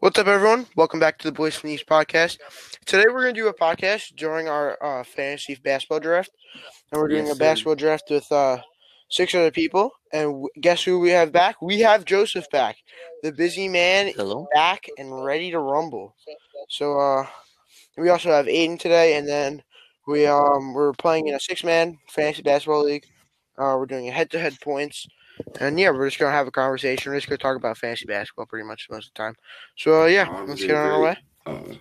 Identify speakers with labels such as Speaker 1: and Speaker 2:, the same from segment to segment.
Speaker 1: What's up, everyone? Welcome back to the Boys from the East podcast. Today, we're going to do a podcast during our uh, fantasy basketball draft, and we're doing
Speaker 2: Yes,
Speaker 1: a
Speaker 2: sir.
Speaker 1: basketball draft with uh, six other people. And w- guess who we have back? We have Joseph back. The busy man is
Speaker 2: Hello.
Speaker 1: back and ready to rumble. So, uh, we also have Aiden today, and then we um we're playing in a six-man fantasy basketball league. Uh, we're doing a head-to-head points, and yeah, we're just gonna have a conversation. We're just gonna talk about fantasy basketball pretty much most of the time. So uh, yeah,
Speaker 3: I'm
Speaker 1: let's
Speaker 3: doing
Speaker 1: get on our
Speaker 3: great.
Speaker 1: way.
Speaker 3: uh,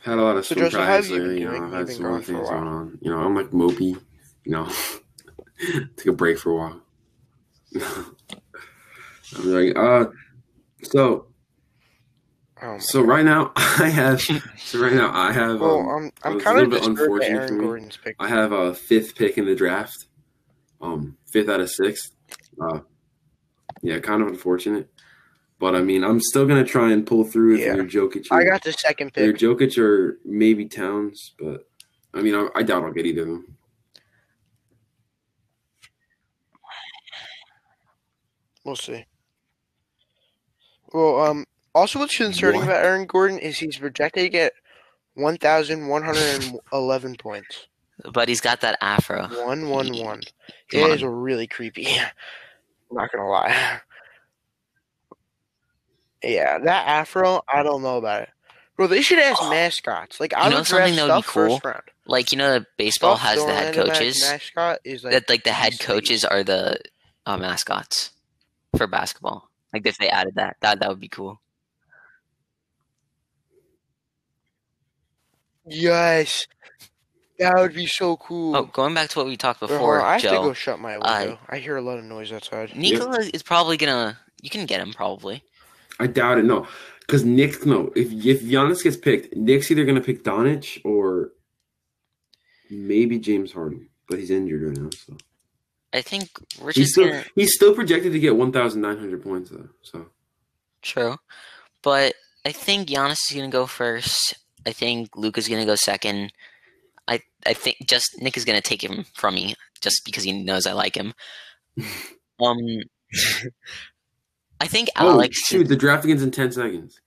Speaker 3: had a lot of
Speaker 1: So,
Speaker 3: school
Speaker 1: Joseph, how
Speaker 3: projects
Speaker 1: have you been
Speaker 3: lately. You
Speaker 1: doing?
Speaker 3: know,
Speaker 1: You've
Speaker 3: I've had
Speaker 1: been
Speaker 3: so many
Speaker 1: gone for a
Speaker 3: things
Speaker 1: while.
Speaker 3: going on. You know, I'm like mopey. You know, took a break for a while. I'm like, uh, so
Speaker 1: Um,
Speaker 3: so right now I have so right now I have
Speaker 1: well,
Speaker 3: um,
Speaker 1: um, I'm
Speaker 3: it's a
Speaker 1: kind of
Speaker 3: little bit
Speaker 1: disturbed by
Speaker 3: unfortunate for
Speaker 1: Aaron
Speaker 3: me.
Speaker 1: Gordon's pick.
Speaker 3: I have a fifth pick in the draft, um, fifth out of six. Uh, yeah, kind of unfortunate, but I mean, I'm still gonna try and pull through if
Speaker 1: Yeah.
Speaker 3: you're Jokic.
Speaker 1: I
Speaker 3: or-
Speaker 1: got the second
Speaker 3: Either
Speaker 1: pick.
Speaker 3: Jokic or maybe Towns, but I mean, I, I doubt I'll get either of them.
Speaker 1: We'll see. Well, um, also what's concerning
Speaker 3: What?
Speaker 1: about Aaron Gordon is he's projected to get 1,111 points.
Speaker 2: But he's got that afro.
Speaker 1: One one one.
Speaker 2: Come
Speaker 1: It
Speaker 2: on.
Speaker 1: is really creepy. I'm not gonna lie. Yeah, that afro, I don't know about it. Bro, they should ask mascots. Like I
Speaker 2: You
Speaker 1: would
Speaker 2: know something
Speaker 1: draft
Speaker 2: that would be
Speaker 1: stuff
Speaker 2: cool?
Speaker 1: first round.
Speaker 2: Like you know, that baseball
Speaker 1: Stuff
Speaker 2: has the
Speaker 1: thrown
Speaker 2: head
Speaker 1: in a ma-
Speaker 2: coaches.
Speaker 1: mascot is like
Speaker 2: that like the head
Speaker 1: these
Speaker 2: coaches are the uh, mascots for basketball. Like if they added that, that that would be cool.
Speaker 1: yes, that would be so cool.
Speaker 2: Oh, going back to what we talked
Speaker 1: Bro, hold
Speaker 2: before,
Speaker 1: on, Uh-huh, I have to go
Speaker 2: Joe.
Speaker 1: shut my
Speaker 2: I-
Speaker 1: window. I hear a lot of noise outside.
Speaker 2: Nikola is probably gonna. You can get him probably.
Speaker 3: I doubt it. No, because Nick, no, if if Giannis gets picked, Nick's either gonna pick Donich or maybe James Harden, but he's injured right now, so
Speaker 2: I think we're
Speaker 3: he's
Speaker 2: just
Speaker 3: still
Speaker 2: gonna
Speaker 3: he's still projected to get one thousand nine hundred points though. So
Speaker 2: true, but I think Giannis is gonna go first. I think Luca's gonna go second. I I think just Nick is gonna take him from me just because he knows I like him. Um, I think
Speaker 3: oh
Speaker 2: Alex.
Speaker 3: shoot, the draft begins in ten seconds.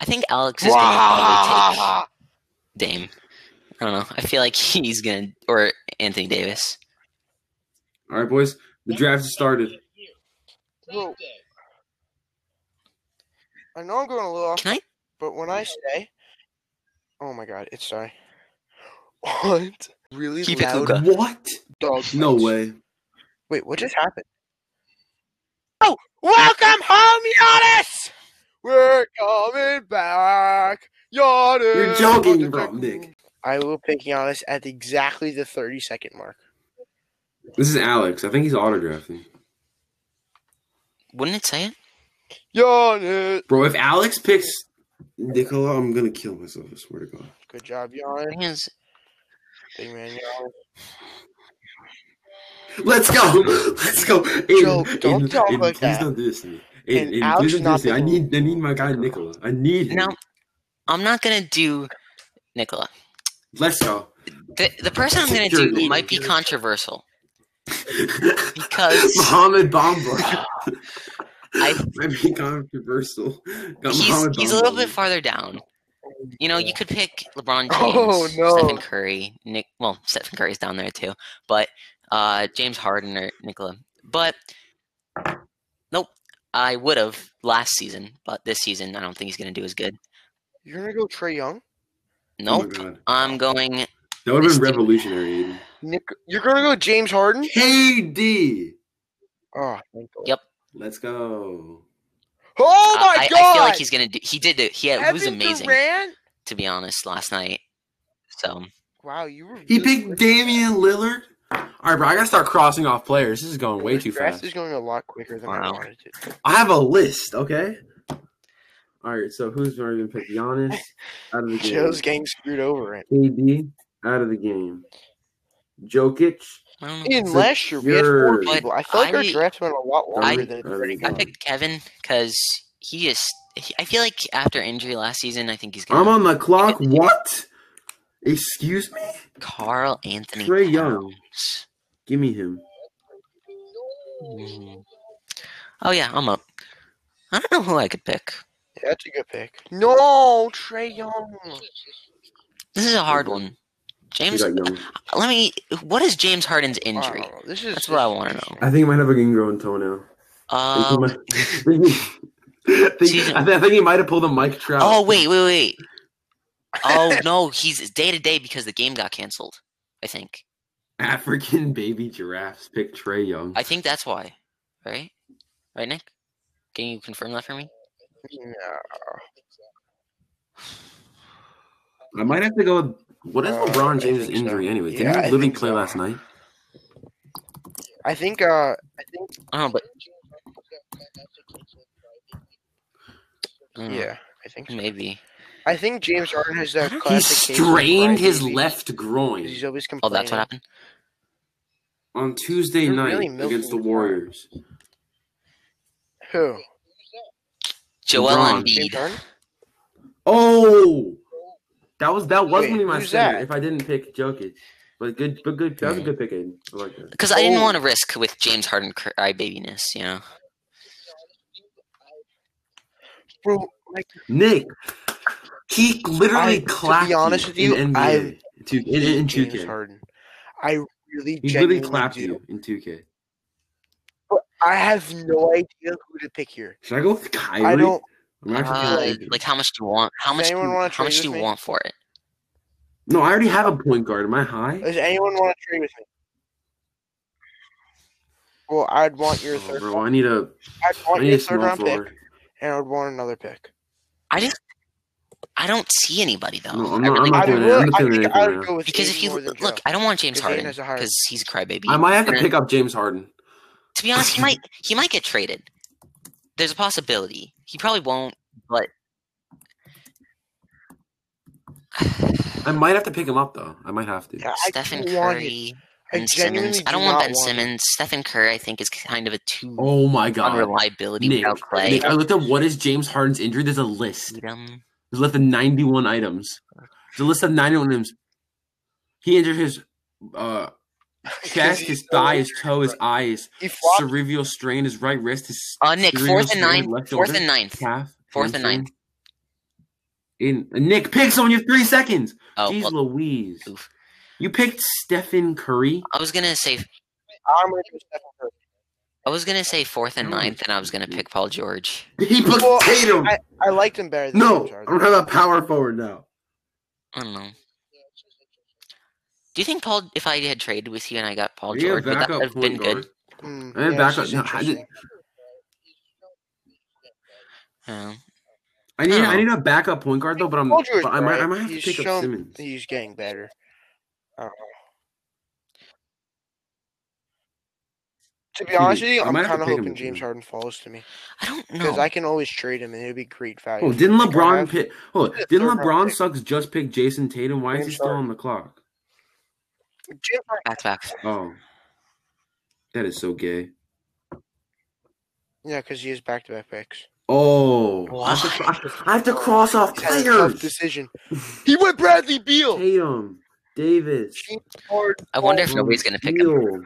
Speaker 2: I think Alex is gonna probably take.
Speaker 1: Wah!
Speaker 2: Dame. I don't know. I feel like he's gonna or Anthony Davis.
Speaker 3: All right, boys, the draft has started.
Speaker 1: Bro, I know I'm going a little off
Speaker 2: Can I?
Speaker 1: But when I say, oh my god, it's sorry. What? Really
Speaker 2: Keep it
Speaker 1: loud
Speaker 2: Luka.
Speaker 3: What?
Speaker 1: dog.
Speaker 3: No
Speaker 1: fights.
Speaker 3: way.
Speaker 1: Wait, what just happened? Oh, welcome home, Giannis. We're coming back, Giannis.
Speaker 3: You're joking, bro, Nick.
Speaker 1: I will pick Giannis at exactly the 30 second mark.
Speaker 3: This is Alex. I think he's auto drafting.
Speaker 2: Wouldn't it say it?
Speaker 1: Giannis.
Speaker 3: Bro, if Alex picks Nicola, I'm gonna kill myself. I swear to God.
Speaker 1: Good job,
Speaker 2: I
Speaker 1: Giannis.
Speaker 2: think it's-
Speaker 1: Big man, Giannis.
Speaker 3: Let's go. Let's go. Aiden,
Speaker 1: Joe, don't
Speaker 3: Aiden,
Speaker 1: talk
Speaker 3: Aiden,
Speaker 1: like
Speaker 3: please
Speaker 1: that.
Speaker 3: don't do this to me.
Speaker 1: And
Speaker 3: Aiden, Aiden,
Speaker 1: Alex is
Speaker 3: please don't do this
Speaker 1: not
Speaker 3: to me. I
Speaker 1: the-
Speaker 3: need, I need my guy Nicola. I need him.
Speaker 2: No, I'm not gonna do Nicola.
Speaker 3: Let's go.
Speaker 2: The the person I'm gonna
Speaker 3: You're-
Speaker 2: do might be controversial because
Speaker 3: Mohammed Bamba.
Speaker 2: I-
Speaker 3: might be controversial. Got
Speaker 2: he's
Speaker 3: Mohamed
Speaker 2: he's a little
Speaker 3: Bamba.
Speaker 2: bit farther down. You know, you could pick LeBron James,
Speaker 1: Oh, no.
Speaker 2: Stephen Curry, Nick. Well, Stephen Curry's down there too, but uh, James Harden or Nicola. But nope, I would have last season, but this season I don't think he's gonna do as good.
Speaker 1: You're gonna go Trey Young.
Speaker 3: Oh my
Speaker 2: Nope.
Speaker 3: God.
Speaker 2: I'm going.
Speaker 3: That would have
Speaker 2: This
Speaker 3: been
Speaker 2: dude-
Speaker 3: revolutionary, Aiden.
Speaker 1: Nick, you're gonna go James Harden.
Speaker 3: KD.
Speaker 1: Oh, thank God.
Speaker 3: Let's go.
Speaker 1: Oh
Speaker 2: I-
Speaker 1: my
Speaker 2: I,
Speaker 1: god!
Speaker 2: I feel like he's gonna do. He did it. He, had- he was
Speaker 1: Evan
Speaker 2: amazing,
Speaker 1: Durant?
Speaker 2: to be honest, last night. So
Speaker 1: Wow, you were.
Speaker 3: He
Speaker 1: really
Speaker 3: picked
Speaker 1: quick.
Speaker 3: Damian Lillard. All right, bro. I gotta start crossing off players. This is going way
Speaker 1: This
Speaker 3: too
Speaker 1: draft
Speaker 3: fast.
Speaker 1: is going a lot quicker than I
Speaker 2: Wow.
Speaker 1: wanted it. to.
Speaker 3: I have a list, okay? All right, so who's already been picked? Giannis out of the game.
Speaker 1: Joe's getting screwed over it.
Speaker 3: KD out of the game. Jokic.
Speaker 2: I don't know.
Speaker 1: In
Speaker 3: So
Speaker 1: last year, we had four
Speaker 3: you're-
Speaker 1: people. I felt like our
Speaker 2: I-
Speaker 1: draft went a lot
Speaker 3: I-
Speaker 1: longer than it already
Speaker 2: I
Speaker 1: got.
Speaker 3: God.
Speaker 2: picked Kevin because he just. He, I feel like after injury last season, I think he's
Speaker 3: I'm
Speaker 2: gonna.
Speaker 3: on the clock. What? Excuse me?
Speaker 2: Carl Anthony.
Speaker 3: Trey Young.
Speaker 2: Towns.
Speaker 3: Give me him.
Speaker 2: Mm. Oh yeah, I'm up. I don't know who I could pick.
Speaker 1: Yeah, that's a good pick. No, Trey Young.
Speaker 2: This is a hard one.
Speaker 3: He's
Speaker 2: James,
Speaker 3: like, no.
Speaker 2: let me. What is James Harden's injury?
Speaker 1: Wow, this is
Speaker 2: That's what I wanna know.
Speaker 3: I think I might have a ingrown toenail. I think he might-
Speaker 2: Um,
Speaker 3: I think he- I think- I think he might have pulled a Mike Trout.
Speaker 2: oh wait, wait, wait. Oh no, he's day to day because the game got canceled. I think.
Speaker 3: African baby giraffes pick Trey Young.
Speaker 2: I think that's why. Right? Right, Nick? Can you confirm that for me?
Speaker 1: No.
Speaker 3: I might have to go. With, what is
Speaker 1: Uh, I
Speaker 3: LeBron James'
Speaker 1: think so.
Speaker 3: injury anyway? Did
Speaker 1: Yeah, I
Speaker 3: he literally
Speaker 1: think
Speaker 3: play
Speaker 1: so.
Speaker 3: last night?
Speaker 1: I think. Uh, I think.
Speaker 2: I don't know, but I don't know,
Speaker 1: Yeah, I think. So.
Speaker 2: maybe.
Speaker 1: I think James Harden has that.
Speaker 3: He
Speaker 1: classic case of
Speaker 3: strained his
Speaker 1: crybaby.
Speaker 3: left groin
Speaker 1: He's always
Speaker 2: Oh,
Speaker 1: complaining.
Speaker 2: that's what happened.
Speaker 3: on Tuesday
Speaker 1: They're
Speaker 3: night
Speaker 1: really
Speaker 3: against the
Speaker 1: milking LeBron.
Speaker 3: Warriors.
Speaker 1: Who?
Speaker 2: Joel
Speaker 3: LeBron.
Speaker 1: James
Speaker 2: Embiid.
Speaker 1: Harden?
Speaker 3: Oh, that was that was
Speaker 1: Wait,
Speaker 3: gonna be my
Speaker 1: who's
Speaker 3: center
Speaker 1: that? Hmm.
Speaker 3: if I didn't pick Jokic. But good, but good. That was a good pick, Aiden. I like that.
Speaker 2: Because I didn't
Speaker 1: Oh.
Speaker 2: want to risk with James Harden crybabiness, you know.
Speaker 1: Bro, like,
Speaker 3: Nick, he
Speaker 1: I-
Speaker 3: literally
Speaker 1: to be
Speaker 3: clapped.
Speaker 1: honest
Speaker 3: you
Speaker 1: with you,
Speaker 3: in
Speaker 1: I
Speaker 3: NBA, two, in, in, in
Speaker 1: hate
Speaker 3: 2K.
Speaker 1: James Harden. I really
Speaker 3: He
Speaker 1: genuinely
Speaker 3: literally clapped
Speaker 1: do.
Speaker 3: you in 2K.
Speaker 1: I have no idea who to pick here.
Speaker 3: Should I go with Kyrie?
Speaker 1: I don't.
Speaker 3: I'm
Speaker 2: Uh,
Speaker 3: Kyrie.
Speaker 2: like, how much do you want? How
Speaker 1: Does
Speaker 2: much? Do
Speaker 1: anyone
Speaker 2: you,
Speaker 1: wanna
Speaker 2: how
Speaker 1: trade
Speaker 2: much do
Speaker 1: with
Speaker 2: you
Speaker 1: me?
Speaker 2: want for it?
Speaker 3: No, I already have a point guard. Am I high?
Speaker 1: Does anyone want to trade with me? Well, I'd want your
Speaker 3: Oh,
Speaker 1: third.
Speaker 3: bro, I need a.
Speaker 1: I'd
Speaker 3: I
Speaker 1: want
Speaker 3: need
Speaker 1: your
Speaker 3: a
Speaker 1: third
Speaker 3: small
Speaker 1: round
Speaker 3: forward.
Speaker 1: pick, and I'd want another pick.
Speaker 2: I just, I don't see anybody though.
Speaker 3: No, I'm
Speaker 2: I
Speaker 3: not.
Speaker 2: really
Speaker 3: I'm not
Speaker 1: I
Speaker 3: doing
Speaker 2: don't.
Speaker 3: it. I'm
Speaker 1: would.
Speaker 3: not
Speaker 1: I
Speaker 3: doing
Speaker 1: think
Speaker 3: anything.
Speaker 1: I
Speaker 3: right
Speaker 1: would
Speaker 3: now.
Speaker 1: go with
Speaker 2: because if
Speaker 1: Aiden
Speaker 2: you
Speaker 1: more than
Speaker 2: look,
Speaker 1: Joe.
Speaker 2: I don't want James
Speaker 1: 'Cause Aiden
Speaker 2: Harden
Speaker 1: has a higher-
Speaker 2: because he's a crybaby.
Speaker 3: I might have to
Speaker 2: And
Speaker 3: pick up James Harden.
Speaker 2: To be honest, he might he might get traded. There's a possibility. He probably won't, but
Speaker 3: I might have to pick him up though. I might have to.
Speaker 1: Yeah, I
Speaker 2: Stephen
Speaker 1: don't want him.
Speaker 2: Curry,
Speaker 1: I
Speaker 2: Ben Simmons.
Speaker 1: genuinely
Speaker 2: I
Speaker 1: do
Speaker 2: don't want
Speaker 1: not
Speaker 2: Ben
Speaker 1: him.
Speaker 2: Simmons. Stephen Curry, I think, is kind of a too
Speaker 3: Oh my god.
Speaker 2: unreliability
Speaker 3: Nick,
Speaker 2: without Clay.
Speaker 3: Nick, I looked up what is James Harden's injury. There's a list.
Speaker 2: Tatum.
Speaker 3: There's a list of 91 items. There's a list of 91 items. He injured his uh,
Speaker 1: 'Cause
Speaker 3: chest,
Speaker 1: he's
Speaker 3: his
Speaker 1: so-
Speaker 3: thigh, his toe, his eyes,
Speaker 1: He flopped.
Speaker 3: cerebral strain, his right wrist, his
Speaker 2: Uh, Nick,
Speaker 3: cerebral
Speaker 2: fourth and
Speaker 3: strain,
Speaker 2: ninth.
Speaker 3: left
Speaker 2: Fourth
Speaker 3: shoulder.
Speaker 2: and ninth.
Speaker 3: Calf.
Speaker 2: Fourth and
Speaker 3: hamstring. In Nick picks on your three seconds.
Speaker 2: Oh,
Speaker 3: Jeez
Speaker 2: well,
Speaker 3: Louise.
Speaker 2: oof.
Speaker 3: You picked Stephen Curry.
Speaker 2: I was gonna say
Speaker 1: I'm gonna go Stephen Curry.
Speaker 2: I was gonna say fourth and ninth, and I was gonna pick Paul George.
Speaker 3: He picked
Speaker 1: Well,
Speaker 3: Tatum.
Speaker 1: I, I liked him better than
Speaker 3: no,
Speaker 1: James
Speaker 3: I'm
Speaker 1: Harden.
Speaker 3: talking about power forward now.
Speaker 2: I don't know. Do you think Paul? If I had traded with you and I got Paul
Speaker 3: We have
Speaker 2: George, would that
Speaker 3: backup
Speaker 2: have been
Speaker 3: point guard.
Speaker 2: good?
Speaker 1: Mm,
Speaker 3: I am
Speaker 1: yeah,
Speaker 3: back
Speaker 1: this is
Speaker 3: up- no, I
Speaker 1: interesting.
Speaker 3: didn't-
Speaker 2: Yeah.
Speaker 3: I need
Speaker 2: No.
Speaker 3: I need a backup point guard though, but I'm
Speaker 1: Paul George,
Speaker 3: but I might I
Speaker 1: right?
Speaker 3: might have to
Speaker 1: He's
Speaker 3: pick up
Speaker 1: shown-
Speaker 3: Simmons.
Speaker 1: He's getting better. Um, I don't know. To be
Speaker 3: He-
Speaker 1: honest with you,
Speaker 3: I
Speaker 1: I'm
Speaker 3: might have to
Speaker 1: kind of
Speaker 3: pick him
Speaker 1: hoping
Speaker 3: if
Speaker 1: James
Speaker 3: you-
Speaker 1: Harden falls to me
Speaker 2: I don't
Speaker 1: because
Speaker 2: know.
Speaker 1: I can always trade him and it'll be great value.
Speaker 3: Oh, didn't
Speaker 1: Like, I
Speaker 3: LeBron
Speaker 1: have-
Speaker 3: pick? Oh,
Speaker 1: He's a
Speaker 3: didn't
Speaker 1: third round
Speaker 3: LeBron
Speaker 1: pick.
Speaker 3: sucks just pick Jason Tatum? Why is he
Speaker 1: James
Speaker 3: still
Speaker 1: Harden.
Speaker 3: on the clock?
Speaker 1: James Harden-
Speaker 2: Back to back.
Speaker 3: Oh, that is so gay.
Speaker 1: yeah, because he has back-to-back picks.
Speaker 3: Oh, I have, to,
Speaker 2: Why?
Speaker 3: cro- I have to cross off
Speaker 1: He's had a tough
Speaker 3: players.
Speaker 1: decision. He went Bradley Beal.
Speaker 3: Tatum, Davis,
Speaker 1: James Harden.
Speaker 2: I wonder if
Speaker 1: falls-
Speaker 2: nobody's gonna pick him.
Speaker 3: Beal.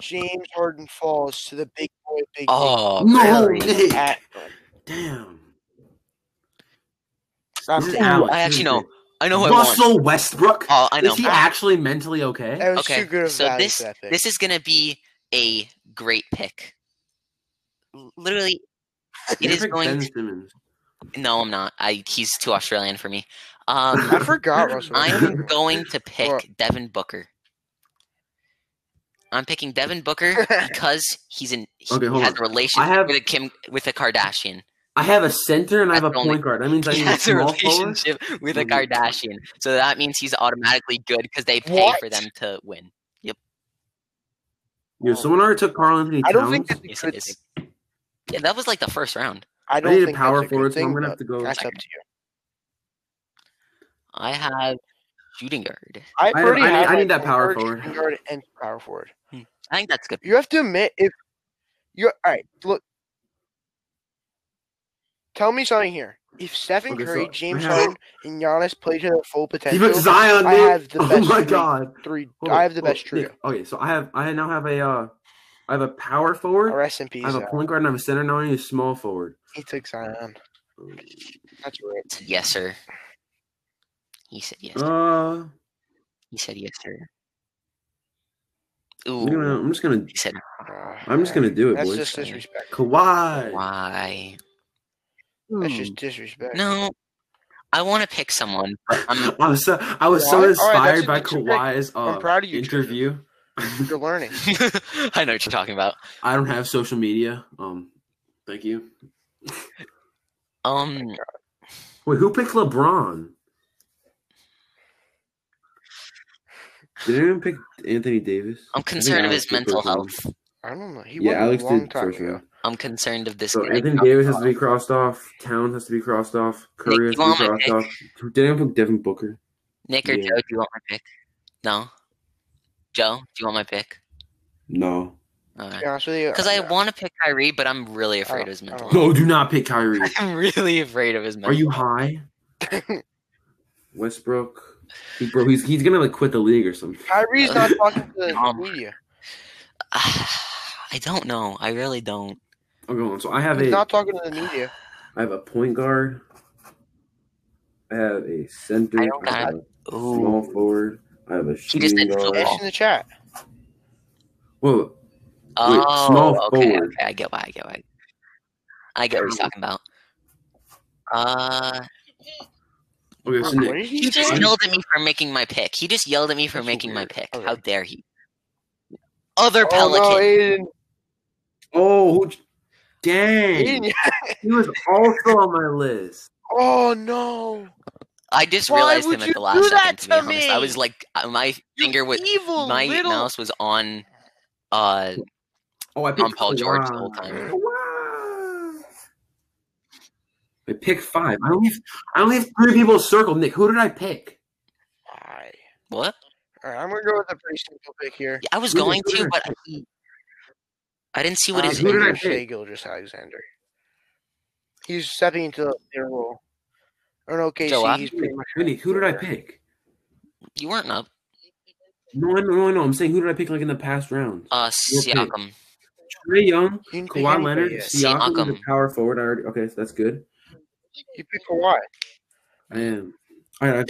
Speaker 1: James Harden falls to the big boy. Big
Speaker 2: Oh,
Speaker 3: No,
Speaker 2: Curry.
Speaker 1: big
Speaker 3: Nick.
Speaker 1: at-
Speaker 3: Damn.
Speaker 1: I'm
Speaker 3: This is
Speaker 1: down.
Speaker 3: Alex.
Speaker 2: I actually
Speaker 3: This is
Speaker 2: know. I know who I want.
Speaker 3: Russell Westbrook.
Speaker 2: Oh, I know.
Speaker 3: Is he actually mentally okay?
Speaker 1: That was
Speaker 2: okay,
Speaker 1: too good of
Speaker 2: so
Speaker 1: value
Speaker 2: this-
Speaker 1: for that pick.
Speaker 2: This is gonna be a great pick. L- Literally, it
Speaker 3: You
Speaker 2: is
Speaker 3: picked
Speaker 2: going.
Speaker 3: Ben
Speaker 2: To,
Speaker 3: Simmons.
Speaker 2: no, I'm not. I he's too Australian for me. Um,
Speaker 1: I forgot Russell.
Speaker 2: I'm
Speaker 1: Westbrook.
Speaker 2: going to pick Devin Booker. I'm picking Devin Booker because he's in he
Speaker 3: Okay, hold
Speaker 2: has
Speaker 3: on.
Speaker 2: a relationship
Speaker 3: have-
Speaker 2: with a Kim with a Kardashian.
Speaker 3: I have a center and I have a
Speaker 2: That's only-
Speaker 3: point guard. That means I
Speaker 2: He
Speaker 3: need a
Speaker 2: has a
Speaker 3: small forward.
Speaker 2: relationship with a
Speaker 3: Mhm.
Speaker 2: Kardashian. So that means he's automatically good because they pay
Speaker 1: What?
Speaker 2: for them to win.
Speaker 3: Yo, someone already took Carl Anthony
Speaker 1: I
Speaker 3: Towns.
Speaker 1: don't think that's
Speaker 2: Yes,
Speaker 1: a
Speaker 2: it
Speaker 1: good
Speaker 2: is. Yeah, that was like the first round.
Speaker 1: I
Speaker 3: I
Speaker 1: don't
Speaker 3: need a
Speaker 1: think
Speaker 3: power
Speaker 1: that's a good
Speaker 3: forward, so I'm
Speaker 1: thing,
Speaker 3: gonna
Speaker 1: but
Speaker 3: have to go.
Speaker 1: That's up to you.
Speaker 2: I have shooting guard.
Speaker 1: I
Speaker 3: I-
Speaker 1: already
Speaker 3: I need-
Speaker 1: have
Speaker 3: I
Speaker 1: my
Speaker 3: need that
Speaker 1: point
Speaker 3: power
Speaker 1: guard,
Speaker 3: forward.
Speaker 1: shooting guard, and power forward.
Speaker 2: I think that's good.
Speaker 1: You have to admit if you're all right. Look, tell me something here. If Stephen
Speaker 3: Okay, so
Speaker 1: Curry,
Speaker 3: I
Speaker 1: James
Speaker 3: have-
Speaker 1: Harden, and Giannis play to their full
Speaker 3: He
Speaker 1: potential,
Speaker 3: picked Zion.
Speaker 1: I
Speaker 3: dude.
Speaker 1: have the
Speaker 3: oh
Speaker 1: best
Speaker 3: my
Speaker 1: three.
Speaker 3: god.
Speaker 1: three.
Speaker 3: Hold on,
Speaker 1: I have the
Speaker 3: hold on.
Speaker 1: best trio.
Speaker 3: Nick, Okay, so I have I now have a uh, I have a power forward.
Speaker 1: Rest in peace. uh,
Speaker 3: I have a
Speaker 1: Zion.
Speaker 3: point guard and I have a center. Now I need a small forward.
Speaker 1: He took Zion.
Speaker 3: Um,
Speaker 1: That's right.
Speaker 2: It's yes, sir. He said yes.
Speaker 3: uh,
Speaker 2: He said yes, sir.
Speaker 3: you know,
Speaker 2: Ooh.
Speaker 3: I'm just gonna.
Speaker 2: He said
Speaker 1: Uh,
Speaker 3: I'm just gonna do it,
Speaker 1: That's
Speaker 3: boys.
Speaker 1: just
Speaker 2: boy.
Speaker 1: disrespect.
Speaker 3: Kawhi.
Speaker 2: why?
Speaker 1: That's just disrespect.
Speaker 2: Hmm. No. I want to pick someone. but I'm,
Speaker 3: I was so I was
Speaker 1: Kawhi? All
Speaker 3: so
Speaker 1: right, that's
Speaker 3: inspired
Speaker 1: a-
Speaker 3: by
Speaker 1: that's a pick.
Speaker 3: Kawhi's uh,
Speaker 1: I'm proud of you, Tristan.
Speaker 3: interview.
Speaker 1: You're learning.
Speaker 2: I know what you're talking about.
Speaker 3: I don't have social media. Um, thank you.
Speaker 2: Um,
Speaker 3: Wait, who picked LeBron? Did anyone pick Anthony Davis?
Speaker 2: I'm concerned of
Speaker 3: Alex
Speaker 2: his
Speaker 3: did
Speaker 2: mental
Speaker 3: first round.
Speaker 2: health.
Speaker 1: I don't know. He
Speaker 3: Yeah,
Speaker 1: went
Speaker 3: Alex
Speaker 1: a long
Speaker 3: did
Speaker 1: time
Speaker 3: first
Speaker 1: ago.
Speaker 3: round.
Speaker 2: I'm concerned of this.
Speaker 3: So
Speaker 2: guy.
Speaker 3: Anthony Davis has to be crossed off. Towns has to be crossed off.
Speaker 2: you
Speaker 3: Curry has to
Speaker 2: want
Speaker 3: be
Speaker 2: my
Speaker 3: crossed
Speaker 2: pick?
Speaker 3: off. Did anyone pick Devin Booker?
Speaker 2: Nick or
Speaker 3: Yeah.
Speaker 2: Joe, do you want my pick? No. Joe, do you want my pick?
Speaker 3: No.
Speaker 1: To be honest with you, uh,
Speaker 2: Because I want to pick Kyrie, but I'm really afraid
Speaker 1: don't-
Speaker 2: of his
Speaker 1: I
Speaker 2: mental.
Speaker 1: don't-
Speaker 2: health.
Speaker 3: No, do not pick Kyrie.
Speaker 2: I'm really afraid of his mental.
Speaker 3: Are you high? Westbrook. He, bro, he's he's gonna like quit the league or something.
Speaker 1: Kyrie's not talking to the
Speaker 2: Um,
Speaker 1: media.
Speaker 2: I don't know. I really don't.
Speaker 3: I'll go on. So I have
Speaker 1: He's
Speaker 3: a
Speaker 1: not talking to the media.
Speaker 3: I have a point guard. I have a center.
Speaker 2: I don't
Speaker 3: I have a small
Speaker 2: Ooh.
Speaker 3: forward. I have a
Speaker 2: He just
Speaker 3: shooting
Speaker 2: said
Speaker 3: guard.
Speaker 2: football.
Speaker 1: Ask in the chat.
Speaker 3: Whoa,
Speaker 2: Oh,
Speaker 3: small
Speaker 2: okay,
Speaker 3: forward.
Speaker 2: okay. I get why. I get why. I get what he's talking about. Uh,
Speaker 3: okay, so
Speaker 1: What
Speaker 3: Nick,
Speaker 1: did he
Speaker 2: he just
Speaker 1: say?
Speaker 2: yelled at me for making my pick. He just yelled at me for
Speaker 3: That's
Speaker 2: making my
Speaker 3: weird.
Speaker 2: pick.
Speaker 1: Okay.
Speaker 2: How dare he? Other
Speaker 1: Oh, no,
Speaker 2: Pelican.
Speaker 1: Aiden.
Speaker 3: Oh, who- dang.
Speaker 1: Aiden.
Speaker 3: He was also on my list.
Speaker 1: Oh, no.
Speaker 2: I just
Speaker 1: Why
Speaker 2: realized
Speaker 1: would
Speaker 2: him at
Speaker 1: you
Speaker 2: the
Speaker 1: do
Speaker 2: last second.
Speaker 1: that
Speaker 2: To be
Speaker 1: to
Speaker 2: honest, I was
Speaker 1: me?
Speaker 2: like, uh, my
Speaker 1: You
Speaker 2: finger was
Speaker 1: evil
Speaker 2: my
Speaker 1: little.
Speaker 2: mouse was on uh
Speaker 3: Oh, I picked
Speaker 2: on Paul George the whole
Speaker 3: Kawhi.
Speaker 2: time.
Speaker 3: Kawhi. I pick five. I only have, I only have three people circled. Nick, who did I pick?
Speaker 1: Alright.
Speaker 2: What?
Speaker 1: Alright, I'm gonna go with a pretty simple pick here.
Speaker 2: I was
Speaker 3: Who did-
Speaker 2: going
Speaker 3: who did
Speaker 2: to,
Speaker 3: I
Speaker 2: but he, I didn't see what
Speaker 1: Um,
Speaker 2: his
Speaker 3: who did I
Speaker 2: finger.
Speaker 1: Shai
Speaker 3: pick?
Speaker 1: Gilgeous Alexander. He's stepping into their role. Or no, KC,
Speaker 2: Joe,
Speaker 1: he's pretty much.
Speaker 3: Vinny, who did I pick?
Speaker 2: You weren't up.
Speaker 3: No, no, no, no. I'm saying who did I pick like in the past round?
Speaker 2: Uh,
Speaker 3: Your pick.
Speaker 2: Siakam.
Speaker 3: Trey Young,
Speaker 1: You didn't pick
Speaker 3: Kawhi
Speaker 1: anybody
Speaker 3: Leonard,
Speaker 1: yet.
Speaker 3: Siakam,
Speaker 2: Siakam.
Speaker 3: the power forward. I already okay, so that's good.
Speaker 1: You picked Kawhi.
Speaker 3: I am. All right, I have